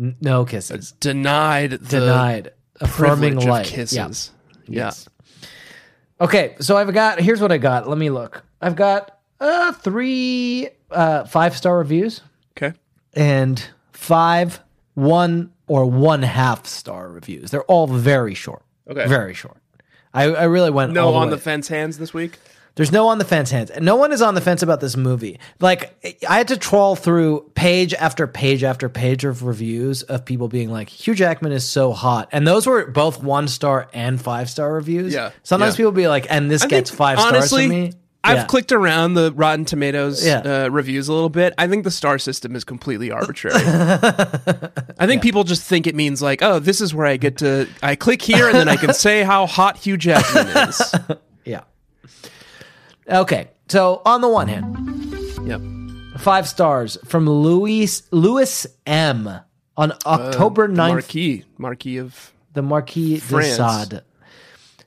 N- no kisses, Denied. The denied, affirming privilege of life. kisses. Yeah. Okay, so I've got here's what I got. Let me look. I've got uh three uh five star reviews. Okay. And five, one or one half star reviews. They're all very short. Okay. Very short. I, I really went No all the on way. the fence hands this week. There's no on the fence hands. And no one is on the fence about this movie. Like, I had to trawl through page after page after page of reviews of people being like, Hugh Jackman is so hot. And those were both one star and five star reviews. Yeah. Sometimes Yeah. people be like, and this I gets think, five stars honestly, from me. I've Yeah. clicked around the Rotten Tomatoes Yeah. uh, reviews a little bit. I think the star system is completely arbitrary. I think people just think it means like, oh, this is where I get to. I click here and then I can say how hot Hugh Jackman is. Yeah. Okay. So on the one hand, Yep. five stars from Louis Louis M on October Uh, the 9th. Marquis, Marquis of the Marquis de France. Sade,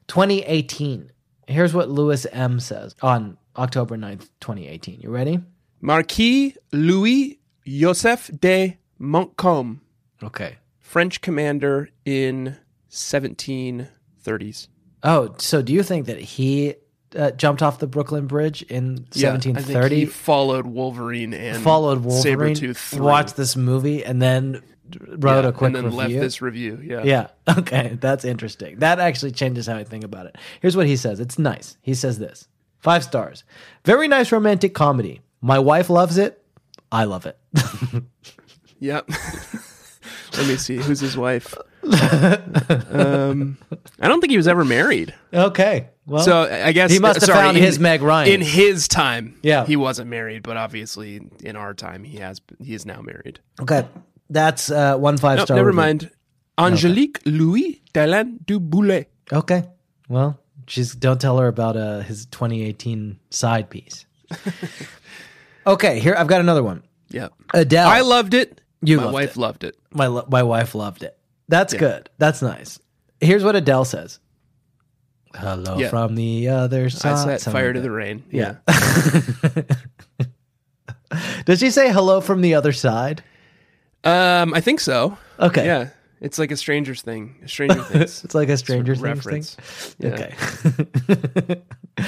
2018. Here's what Louis M says on October 9th, 2018. You ready? Marquis Louis Joseph de Montcalm, Okay. French commander in 1730s. Oh, so do you think that he uh, jumped off the Brooklyn Bridge in Yeah, I think 1730? he followed Wolverine and followed Wolverine, Sabretooth through. watched this movie, and then wrote Yeah, a quick and then review. left this review. Yeah. Yeah. Okay. That's interesting. That actually changes how I think about it. Here's what he says it's nice. He says this five stars. Very nice romantic comedy. My wife loves it. I love it. Yep. Let me see. Who's his wife? um, I don't think he was ever married. Okay. Well, so I guess Oh. he must have sorry, found in- his Meg Ryan in his time. Yeah. he wasn't married, but obviously in our time, he has. He is now married. Okay, that's uh, one five Nope, star. never review. mind. Angelique Louis Talent du Boulet. Okay, well, she's don't tell her about uh, his 2018 side piece. okay, here I've got another one. Yep. Adele, I loved it. You My loved wife loved it. my lo- my wife loved it. That's Yeah. good. That's nice. Here's what Adele says. Hello Yeah. from the other side. I set something fire like to that. the rain. Yeah. Does she say hello from the other side? yeah. Um, I think so. Okay. Yeah. It's like a Stranger's thing. A Stranger Things. it's like a Stranger sort of Things thing. reference. Okay.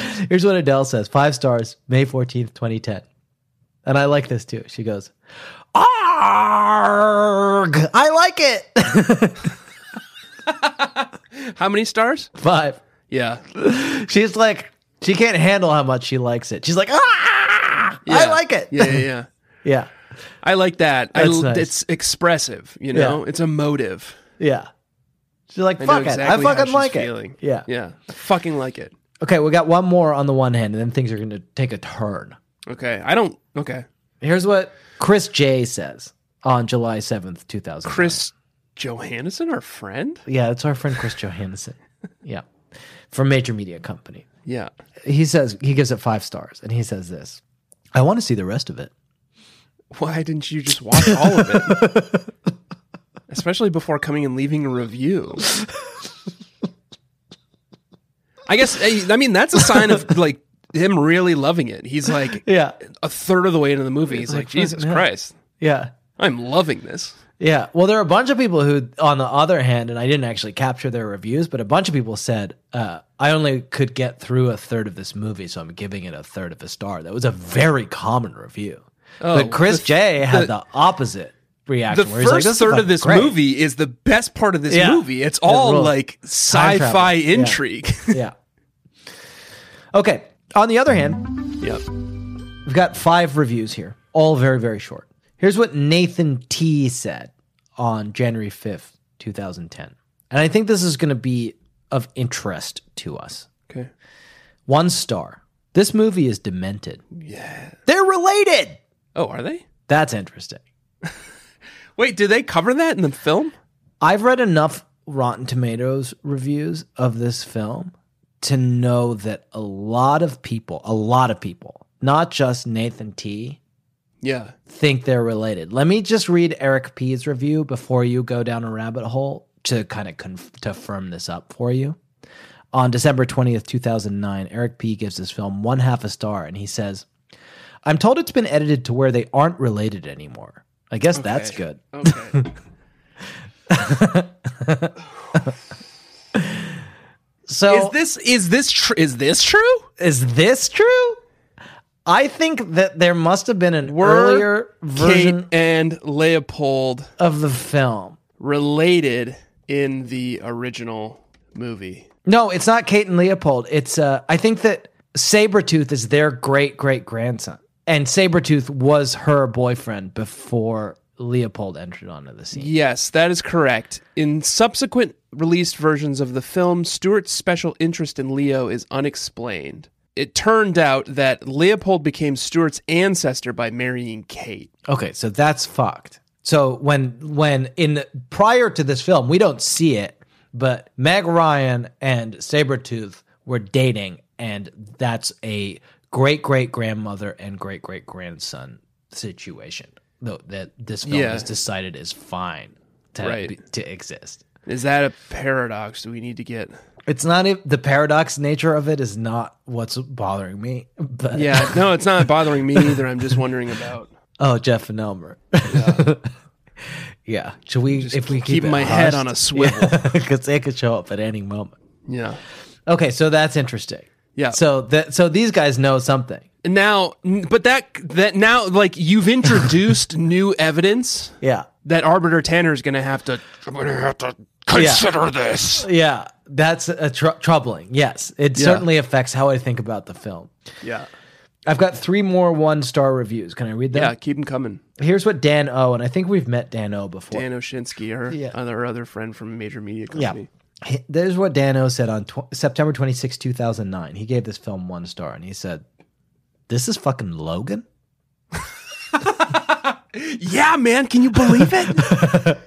Here's what Adele says: five stars, May fourteenth, twenty ten. And I like this too. She goes, "Arg, I like it." How many stars? Five. Yeah. She's like, she can't handle how much she likes it. She's like, "Ah, I Yeah. like it." Yeah, yeah, yeah. yeah, I like that. I, That's l- nice. It's expressive, you know? It's emotive. yeah. She's like, I know "Fuck it, I exactly how fucking she's like feeling. it." Yeah. Yeah. I fucking like it. Okay, we got one more on the one hand, and then things are going to take a turn. Okay. I don't. Okay. Here's what Chris J says on July 7th, 2000. Chris Johannesson, our friend? Yeah, it's our friend Chris Johansson. Yeah. From Major Media Company. Yeah. He says, he gives it five stars, and he says this I want to see the rest of it. Why didn't you just watch all of it? Especially before coming and leaving a review. I guess eh, I I mean that's a sign of like him really loving it. He's like Yeah. a third of the way into the movie. He's Like, like, Jesus fuck, yeah. Christ, Yeah. I'm loving this. Yeah. Well, there are a bunch of people who, on the other hand, and I didn't actually capture their reviews, but a bunch of people said, uh, I only could get through a third of this movie, so I'm giving it a third of a star. That was a very common review. Oh, but Chris the- J had the- the, opposite reaction. The where he's like, first "This is third of fucking this great." movie is the best part of this Yeah. movie. It's It all rules. like Time travel. sci-fi Yeah. intrigue. yeah. Okay. On the other hand, yep. we've got five reviews here, all very, very short. Here's what Nathan T said on January 5th, 2010. And I think this is going to be of interest to us. Okay. One star. This movie is demented. Yeah. They're related. Oh, are they? That's interesting. Wait, did they cover that in the film? I've read enough Rotten Tomatoes reviews of this film to know that a lot of people, a lot of people, not just Nathan T, Yeah. think they're related. Let me just read Eric P's review before you go down a rabbit hole to kind of conf- to firm this up for you. On December 20th, 2009, Eric P gives this film one half a star and he says, I'm told it's been edited to where they aren't related anymore. I guess that's good. Okay. So is this is this tr- is this true? Is this true? I think that there must have been an Were earlier version Kate and Leopold of the film. related in the original movie? No, it's not Kate and Leopold. It's uh I think that Sabretooth is their great great grandson. And Sabretooth was her boyfriend before Leopold entered onto the scene. Yes, that is correct. In subsequent released versions of the film, Stewart's special interest in Leo is unexplained. It turned out that Leopold became Stewart's ancestor by marrying Kate. Okay, so that's fucked. So when when in the, prior to this film, we don't see it, but Meg Ryan and Sabretooth were dating and that's a great great grandmother and great great grandson situation. Though that this film Yeah. has decided is fine to Right. be, to exist. Is that a paradox? Do we need to get? It's not ev- the paradox nature of it is not what's bothering me. But Yeah, no, it's not bothering me either. I'm just wondering about. oh, Jeff and Elmer. Yeah. Should we if we keep keeping it my head hushed? on a swivel. because they could show up at any moment. Yeah. Okay, so that's interesting. Yeah. So that so these guys know something. now n- but that that now like you've introduced new evidence Yeah. that arbiter tanner is going to have to i'm going to have to consider this Yeah, that's a tr- troubling. Yes, it Yeah. certainly affects how I think about the film. yeah I've got three more one star reviews. Can I read them? Yeah, keep them coming. Here's what Dan O, and I think we've met Dan O before. Dan Oshinsky, her Yeah. other other friend from a major media company. Yeah. H- There's what Dano said on tw- September 26, 2009. He gave this film one star and he said, This is fucking Logan? Yeah, man, can you believe it?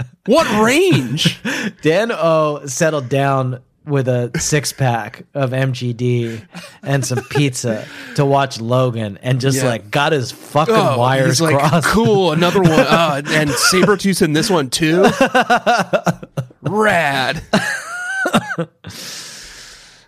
what range? Dan O settled down with a six pack of MGD and some pizza to watch Logan and just Yeah. like got his fucking Oh, wires he's like, crossed. Cool, another one. Uh, and Sabretooth's in this one too. Rad.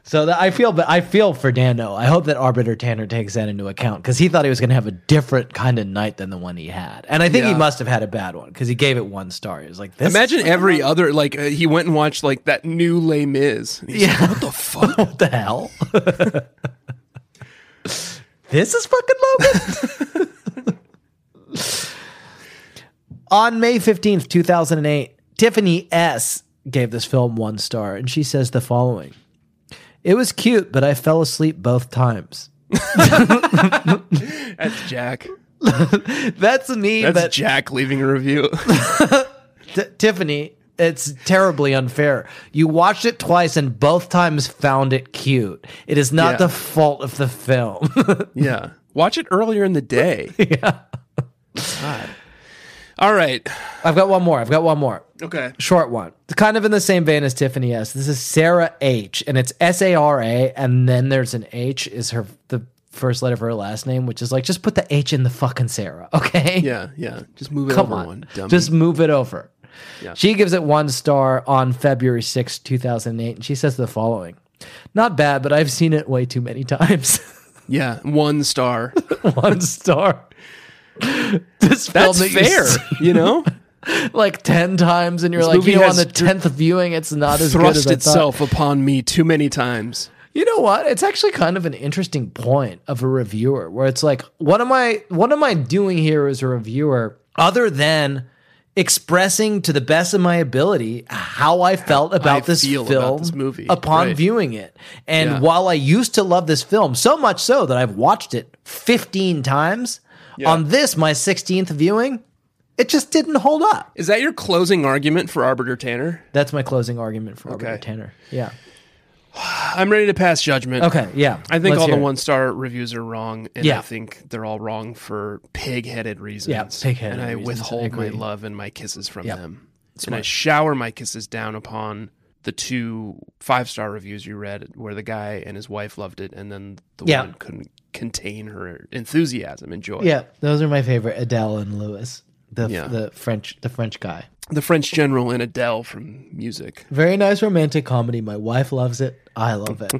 So that I feel, but I feel for Dano. I hope that Arbiter Tanner takes that into account because he thought he was going to have a different kind of night than the one he had, and I think he Yeah. must have had a bad one because he gave it one star. He was like, "This Imagine every other like uh, he went and watched like that new Les Mis. And he's like, what the fuck? what the hell? this is fucking Logan." On May fifteenth, two thousand and eight, Tiffany S gave this film one star, and she says the following: "It was cute, but I fell asleep both times." That's Jack. That's me. That's but Jack leaving a review. T- Tiffany, it's terribly unfair. You watched it twice and both times found it cute. It is not Yeah. the fault of the film. yeah. Watch it earlier in the day. yeah. All right. I've got one more. I've got one more. Okay. Short one. It's kind of in the same vein as Tiffany S. This is Sarah H. And it's S A R A. And then there's an H is her the first letter of her last name, which is like just put the H in the fucking Sarah. Okay. Yeah, yeah. Just move it Come over on. one. Dummy. Just move it over. Yeah. She gives it one star on February sixth, two 2008, and she says the following Not bad, but I've seen it way too many times. yeah, one star. one star. This film That's that you fair, see you know? like 10 times, and you're This like, movie you know, on has the dr- 10th viewing, it's not as good as Thrust I thought. itself upon me too many times. You know what? It's actually kind of an interesting point of a reviewer where it's like, what am I what am I doing here as a reviewer other than expressing to the best of my ability how I felt about this feel film about this movie. upon Right. viewing it. And Yeah. while I used to love this film so much so that I've watched it 15 times, Yeah. on this my 16th viewing, it just didn't hold up. Is that your closing argument for Arbiter Tanner? That's my closing argument for Robert Okay. Tanner. Yeah. I'm ready to pass judgment. Okay, yeah. I think Let's all the hear it. one star reviews are wrong, and Yeah. I think they're all wrong for pig headed reasons. pig-headed And I reasons, I withhold my agree. love and my kisses from Yep. them. And I shower my kisses down upon the two five star reviews you read where the guy and his wife loved it, and then the Yeah. woman couldn't contain her enthusiasm and joy. Yeah, those are my favorite Adele and Lewis. The Yeah. the French the French guy. The French general and Adele from music. Very nice romantic comedy. My wife loves it. I love it.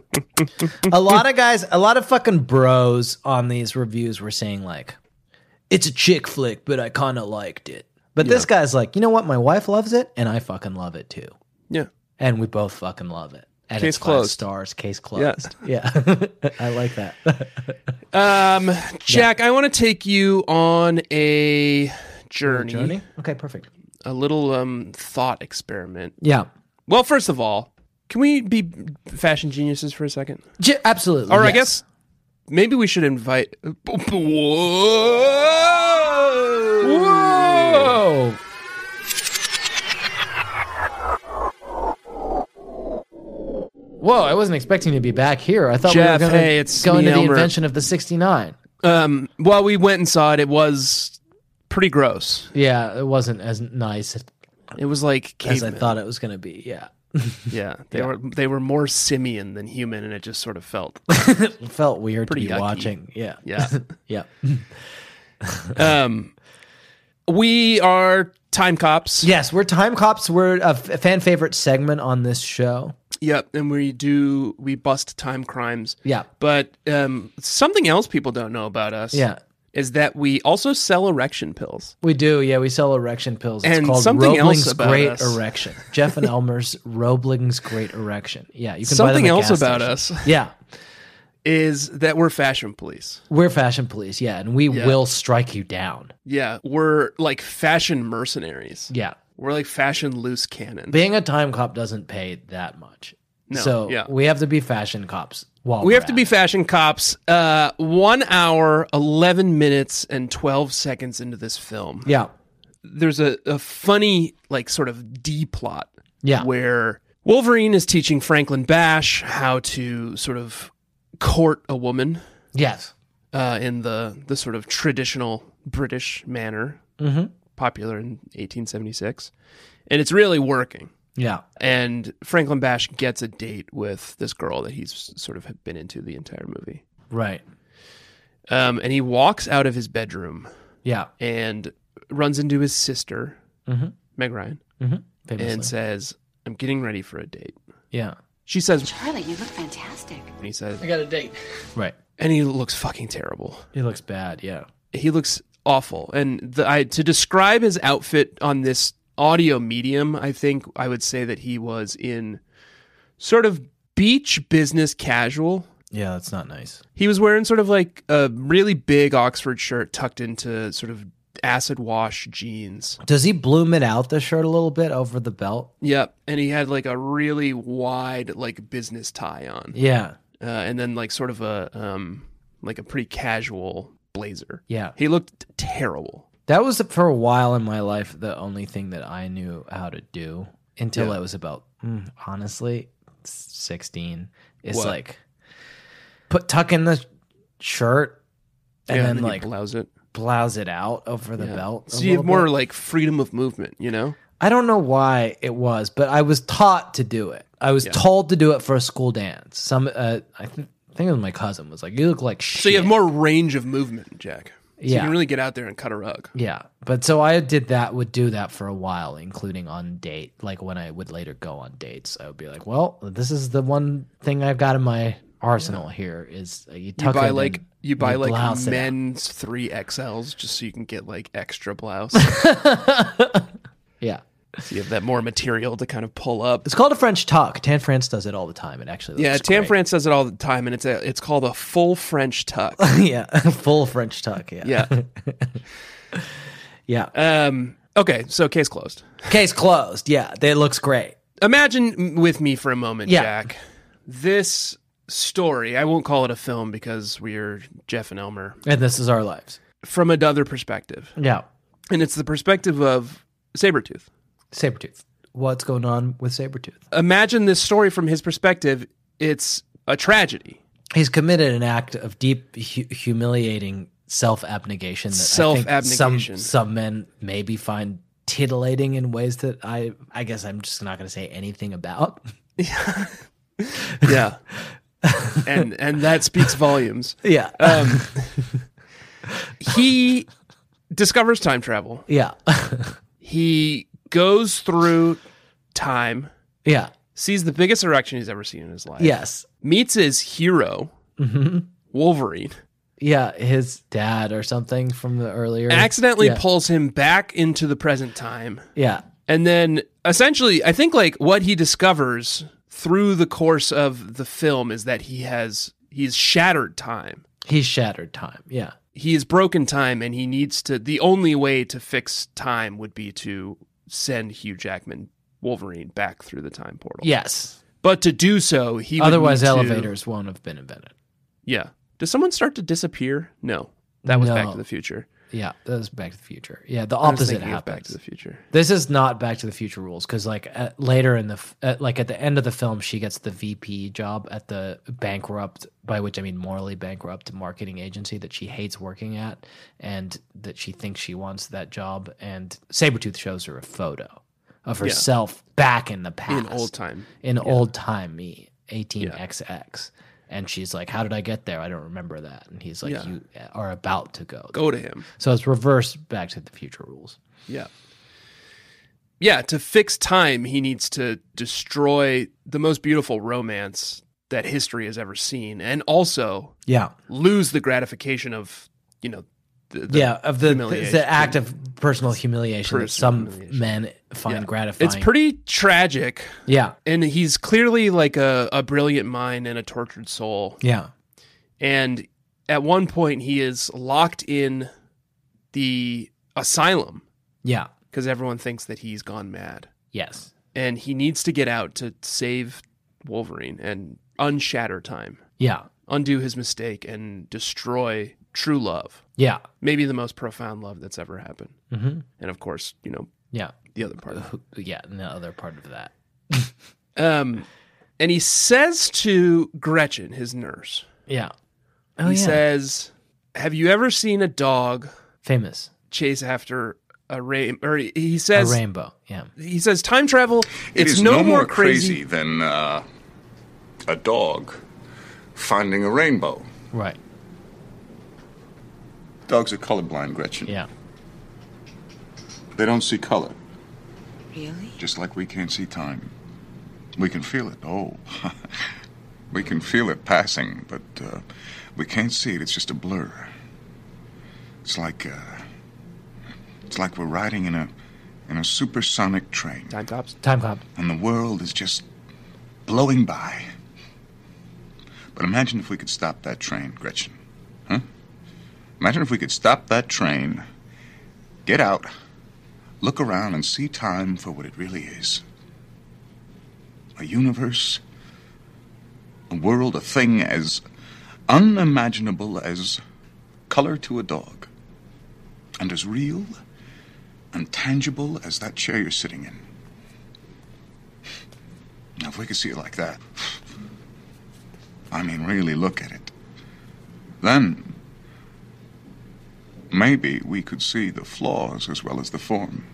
a lot of guys, a lot of fucking bros on these reviews were saying like it's a chick flick, but I kind of liked it. But this guy's like, "You know what? My wife loves it and I fucking love it too." Yeah. And we both fucking love it. And Case it's five closed. stars, case closed. Yeah. I like that. Um, Jack, I want to take you on a journey, Journey? Okay, perfect. a little um thought experiment. Yeah. Well, first of all, can we be fashion geniuses for a second? J- absolutely. Or I yes. guess maybe we should invite. Whoa! Oh. Whoa, I wasn't expecting to be back here. I thought Jeff, we were hey, going it's to go me, into the Elmer. invention of the 69. Um, while we went and saw it, it was pretty gross. Yeah, it wasn't as nice It was like as I caveman. thought it was going to be. Yeah. Yeah, they were they were more simian than human, and it just sort of felt It felt weird Pretty to be yucky. watching. Yeah. yeah. Yeah. um, we are time cops. yes, we're Time Cops. We're a f- fan favorite segment on this show. Yep, and we do we bust time crimes. Yeah. But um, something else people don't know about us. Yeah. Is that we also sell erection pills. We do. Yeah, we sell erection pills. It's And called something else Roebling's about Great us. Erection. Jeff and Elmer's Roebling's Great Erection. Yeah, you can buy them Something at else gas about stations. us Yeah. is that we're fashion police. We're fashion police, yeah, and we Yeah. will strike you down. Yeah, we're like fashion mercenaries. Yeah. We're like fashion loose cannon. Being a time cop doesn't pay that much. No, so yeah. we have to be fashion cops. While we have to be fashion cops. Uh, one hour, eleven minutes, and twelve seconds into this film, yeah, there's a, a funny, like, sort of D plot. Yeah. where Wolverine is teaching Franklin Bash how to sort of court a woman. Yes. uh, in the the sort of traditional British manner, Mhm. popular in 1876, and it's really working. Yeah. And Franklin Bash gets a date with this girl that he's sort of been into the entire movie. Right. Um, and he walks out of his bedroom. Yeah. And runs into his sister, Mhm. Meg Ryan, Mhm. Famously. and says, I'm getting ready for a date. Yeah. She says, Charlie, you look fantastic. and he says, got a date. Right. And he looks fucking terrible. He looks bad. Yeah. He looks awful. And the, I, to describe his outfit on this audio medium, I think I would say that he was in sort of beach business casual. Yeah, that's not nice. He was wearing sort of like a really big Oxford shirt tucked into sort of acid wash jeans. Does he bloom it out the shirt a little bit over the belt? Yep. And he had like a really wide like business tie on. Yeah. Uh, and then like sort of a um like a pretty casual blazer. Yeah. He looked terrible. That was for a while in my life the only thing that I knew how to do until Yeah. I was about mm, honestly s- 16. It's What? like put tuck in the shirt and Yeah, then, and then you like blouse it blouse it out over the belt. a So you little have more bit. like freedom of movement, you know? I don't know why it was, but I was taught to do it. I was Yeah. told to do it for a school dance. Some uh, I th- think it was my cousin was like you look like So you have more range of movement, Jack. So you Yeah. can really get out there and cut a rug. Yeah, but so I did that. Would do that for a while, including on date. Like when I would later go on dates, I would be like, "Well, this is the one thing I've got in my arsenal here is uh, you You tuck buy it in, like you buy like blouse it out." men's three XLs just so you can get like extra blouse. Yeah, so you have that more material to kind of pull up. it's called a French tuck. Tan France does it all the time. It actually, Yeah, looks Tam great. France does it all the time, and it's a, it's called a full French tuck. yeah, full French tuck. Yeah, yeah. yeah. Um. Okay. So case closed. Case closed. Yeah, it looks great. Imagine with me for a moment, Yeah. Jack. This story. I won't call it a film because we're Jeff and Elmer And this is our lives. from another perspective, Yeah, and it's the perspective of Sabretooth. Sabretooth. What's going on with Sabretooth? Imagine this story from his perspective. It's a tragedy. he's committed an act of deep hu- humiliating self-abnegation that I think some Self-abnegation. some men maybe find titillating in ways that I I guess I'm just not going to say anything about. Yeah. and and that speaks volumes. Yeah. Um, he discovers time travel. Yeah. He goes through time, yeah. sees the biggest erection he's ever seen in his life. Yes. Meets his hero, hmm Wolverine. Yeah, his dad or something from the earlier Accidentally yeah. pulls him back into the present time. Yeah. And then essentially, I think like what he discovers through the course of the film is that he has he's shattered time. He's shattered time. Yeah. He has broken time and he needs to the only way to fix time would be to send Hugh Jackman Wolverine back through the time portal. Yes. But to do so, he would Otherwise need to- elevators won't have been invented. yeah. Does someone start to disappear? No. That was Back No. to the Future. Yeah, that was Back to the Future. Yeah, the I was opposite thinking of happens. Back to the Future. This is not Back to the Future rules because, like, uh, later in the f- uh, like at the end of the film, she gets the VP job at the bankrupt, by which I mean morally bankrupt marketing agency that she hates working at, and that she thinks she wants that job. And Sabretooth shows her a photo of Yeah. herself back in the past, In old time. in old time me, eighteen XX, and she's like, "How did I get there? I don't remember that." And he's like, Yeah. "You uh, are about to go." Go to him. So it's reverse Back to the Future rules. Yeah. Yeah, to fix time, he needs to destroy the most beautiful romance that history has ever seen and also Yeah. lose the gratification of, you know, the, the yeah of the humiliation. the act of personal humiliation that Personal some men find Yeah. gratifying. It's pretty tragic. Yeah. And he's clearly like a, a brilliant mind and a tortured soul. Yeah. And at one point, he is locked in the asylum Yeah. because everyone thinks that he's gone mad. Yes. and he needs to get out to save Wolverine and unshatter time. Yeah. Undo his mistake and destroy true love. Yeah. Maybe the most profound love that's ever happened. Mhm. And of course, you know, Yeah. the other part. Yeah, and the other part of that. Um, and he says to Gretchen, his nurse, Yeah. Oh, he yeah. says, "Have you ever seen a dog famous chase after a rain?" Or he- he says, a rainbow. Yeah. He says, "Time travel. It It's is no, more crazy. than uh, a dog finding a rainbow. Right. Dogs are colorblind, Gretchen. Yeah. They don't see color, Really? just like we can't see time. We can feel it. Oh, we can feel it passing, but uh, we can't see it. It's just a blur. It's like uh, it's like we're riding in a in a supersonic train. Time cops. Time cop. and the world is just blowing by. But imagine if we could stop that train, Gretchen. Huh? Imagine if we could stop that train, get out, look around, and see time for what it really is a universe, a world, a thing as unimaginable as color to a dog, and as real and tangible as that chair you're sitting in. Now, if we could see it like that, I mean, really look at it, then maybe we could see the flaws as well as the form.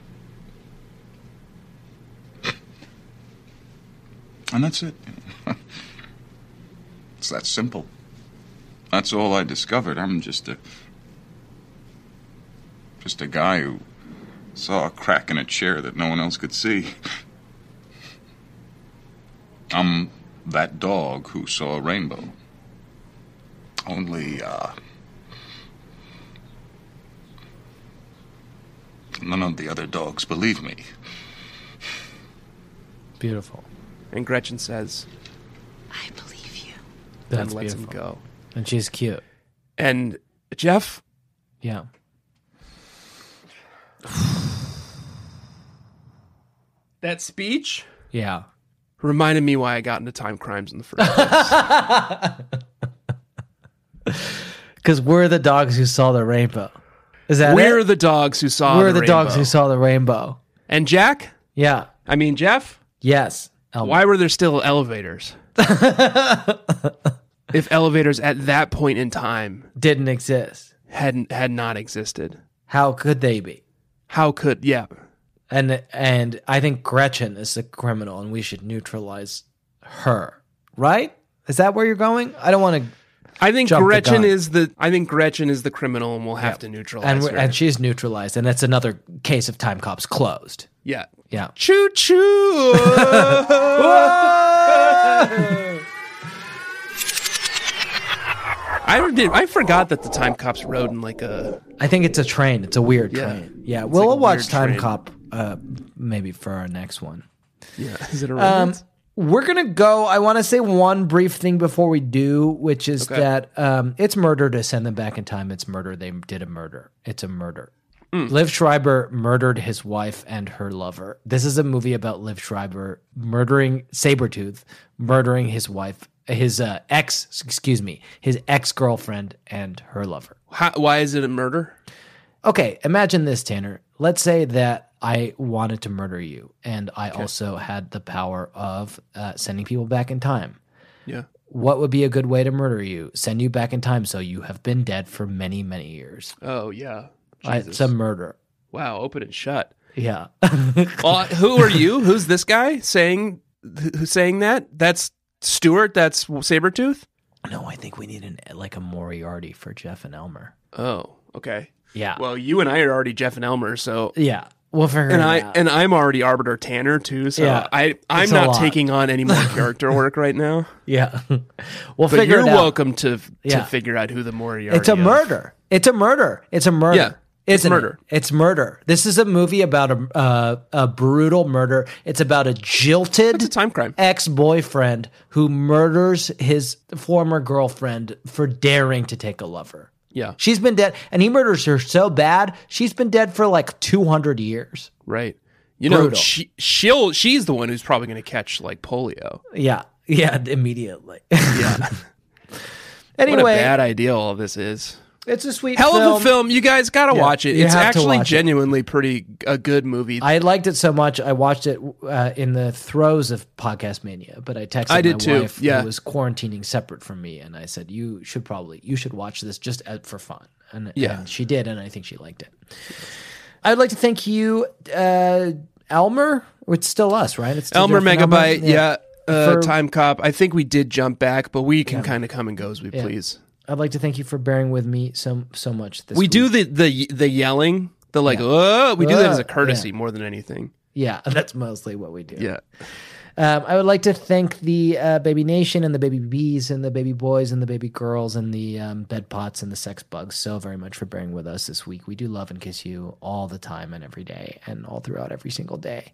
And that's it. it's that simple. That's all I discovered. I'm just a. just a guy who saw a crack in a chair that no one else could see. I'm that dog who saw a rainbow. Only, uh. None of the other dogs believe me. Beautiful. And Gretchen says, "I believe you." That's and lets beautiful. him go. And she's cute. And Jeff, Yeah. that speech Yeah. reminded me why I got into time crimes in the first place. Because we're the dogs who saw the rainbow. Is that We're it? the dogs who saw. we're the, the, dogs who rainbow. saw the rainbow. And Jack, Yeah. I mean Jeff, Yes. Elmer. why were there still elevators? if elevators at that point in time Didn't exist. hadn't had not existed, How could they be? how could yeah? And and I think Gretchen is the criminal, and we should neutralize her. Right? Is that where you're going? I don't want to. I think Jump the Gretchen gun. Uh, is the I think Gretchen is the criminal, and we'll have to neutralize And we're, her. and she's neutralized, and that's another case of time cops closed. yeah, Yeah. choo choo. I did. I forgot that the time cops rode in like a I think it's a train. It's a weird Yeah. train. Yeah, It's we'll like a watch weird Time train. Cop uh, maybe for our next one. yeah. Is it a Um, rodent? we're gonna go. I want to say one brief thing before we do, which is Okay. that um, it's murder to send them back in time. It's murder. They did a murder. It's a murder. Liv Schreiber murdered his wife and her lover. This is a movie about Liv Schreiber murdering Sabretooth, murdering his wife, his uh, ex, excuse me, his ex girlfriend and her lover. How, why is it a murder? Okay, imagine this, Tanner. Let's say that I wanted to murder you, and I also had the power of uh, sending people back in time. Yeah. What would be a good way to murder you? Send you back in time so you have been dead for many, many years. Oh yeah. Uh, Jesus. It's a murder. wow. Open and shut. Yeah. Uh, who are you? Who's this guy saying who's saying that? That's Stewart. That's Sabretooth. no, I think we need an like a Moriarty for Jeff and Elmer. Oh, okay. Yeah. Well, you and I are already Jeff and Elmer, so yeah. We'll figure and it I out. and I'm already Arbiter Tanner too. So Yeah. I I'm It's a not lot. taking on any more character work right now. yeah. we'll But figure you're it out. welcome to to Yeah. figure out who the Moriarty. It's a of- murder. It's a murder. It's a murder. Yeah, it's isn't it? murder. It's murder. This is a movie about a uh, a brutal murder. It's about a It's a jilted time crime. ex boyfriend who murders his former girlfriend for daring to take a lover. Yeah. She's been dead, and he murders her so bad she's been dead for like two hundred years. Right. You know, Brutal. she she'll she's the one who's probably going to catch like polio. Yeah, Yeah, immediately. Yeah. Anyway. what a bad idea all this is. It's a sweet Hell film. of a film. You guys got to Yeah, watch it. you It's have to actually watch it. genuinely pretty a good movie. I liked it so much. I watched it uh, in the throes of Podcast Mania, but I texted I did my too, wife yeah. who was quarantining separate from me, and I said, "You should probably you should watch this just out for fun." And, Yeah. and she did, and I think she liked it. I'd like to thank you, uh, Elmer. It's stistill us, right? It's still Elmer Jeff and Megabyte, yeah. Uh, For- Time Cop. I think we did jump back, but we can kind of come and go as we Yeah. please. I'd like to thank you for bearing with me so so much. This we week. do the the the yelling, the like, Yeah. oh, we do that as Uh, a courtesy yeah. more than anything. Yeah, that's mostly what we do. Yeah. Um, I would like to thank the uh, Baby Nation and the Baby Bees and the Baby Boys and the Baby Girls and the um, Bed Pots and the Sex Bugs so very much for bearing with us this week. We do love and kiss you all the time and every day and all throughout every single day.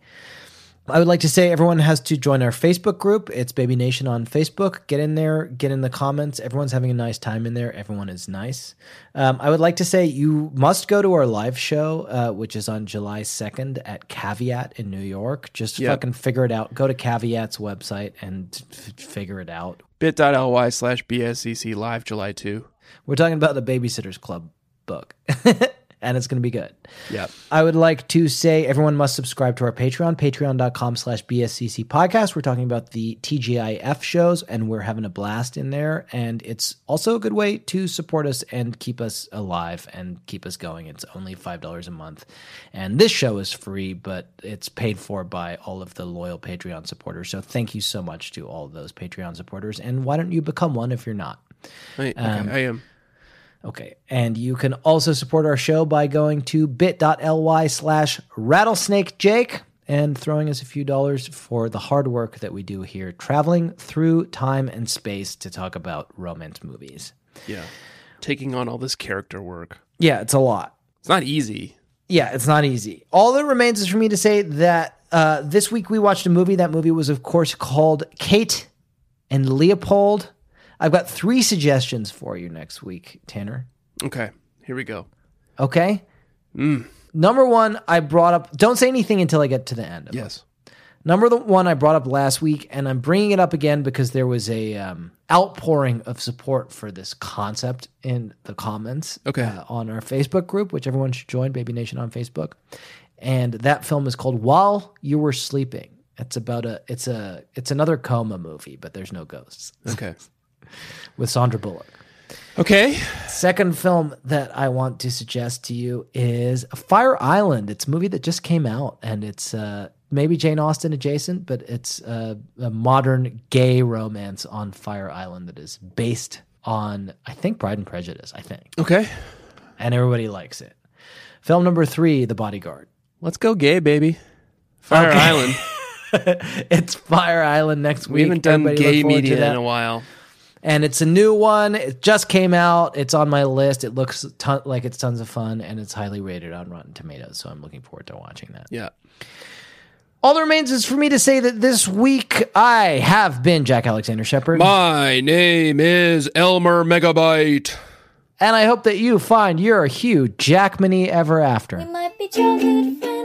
I would like to say everyone has to join our Facebook group. It's Baby Nation on Facebook. Get in there, get in the comments. Everyone's having a nice time in there. Everyone is nice. Um, I would like to say you must go to our live show, uh, which is on July 2nd at Caveat in New York. Just Yep. fucking figure it out. Go to Caveat's website and f- figure it out. Bit.ly slash BSCC live July 2. We're talking about the Babysitters Club book, and it's going to be good. Yeah. I would like to say everyone must subscribe to our Patreon, patreon.com slash BSCC podcast. We're talking about the TGIF shows and we're having a blast in there. And it's also a good way to support us and keep us alive and keep us going. It's only $5 a month. And this show is free, but it's paid for by all of the loyal Patreon supporters. So thank you so much to all of those Patreon supporters. And why don't you become one if you're not? I, okay, Um, I am. Okay. And you can also support our show by going to bit.ly slash rattlesnake jake and throwing us a few dollars for the hard work that we do here, traveling through time and space to talk about romance movies. Yeah. Taking on all this character work. Yeah, it's a lot. It's not easy. Yeah, it's not easy. All that remains is for me to say that uh, this week we watched a movie. That movie was, of course, called Kate and Leopold. I've got three suggestions for you next week, Tanner. Okay. Here we go. Okay. Mm. Number one, I brought up. Don't say anything until I get to the end. Of Yes. it. Number the one I brought up last week, and I'm bringing it up again because there was a um, outpouring of support for this concept in the comments. Okay. uh, on our Facebook group, which everyone should join, Baby Nation on Facebook, and that film is called While You Were Sleeping. It's about a. It's a. It's another coma movie, but there's no ghosts Okay. with Sandra Bullock. Okay. Second film that I want to suggest to you is Fire Island. It's a movie that just came out and it's uh, maybe Jane Austen adjacent, but it's uh, a modern gay romance on Fire Island that is based on, I think, Pride and Prejudice, I think. Okay. And everybody likes it. Film number three, The Bodyguard. Let's go gay, baby. Fire Okay. Island. it's Fire Island next week. We haven't done Everybody gay look forward to media in that. a while. and it's a new one. It just came out. It's on my list. It looks ton- like it's tons of fun, and it's highly rated on Rotten Tomatoes. So I'm looking forward to watching that. Yeah. All that remains is for me to say that this week I have been Jack Alexander Shepard, My name is Elmer Megabyte. and I hope that you find your Hugh Jackmany ever after. We might be childhood friends.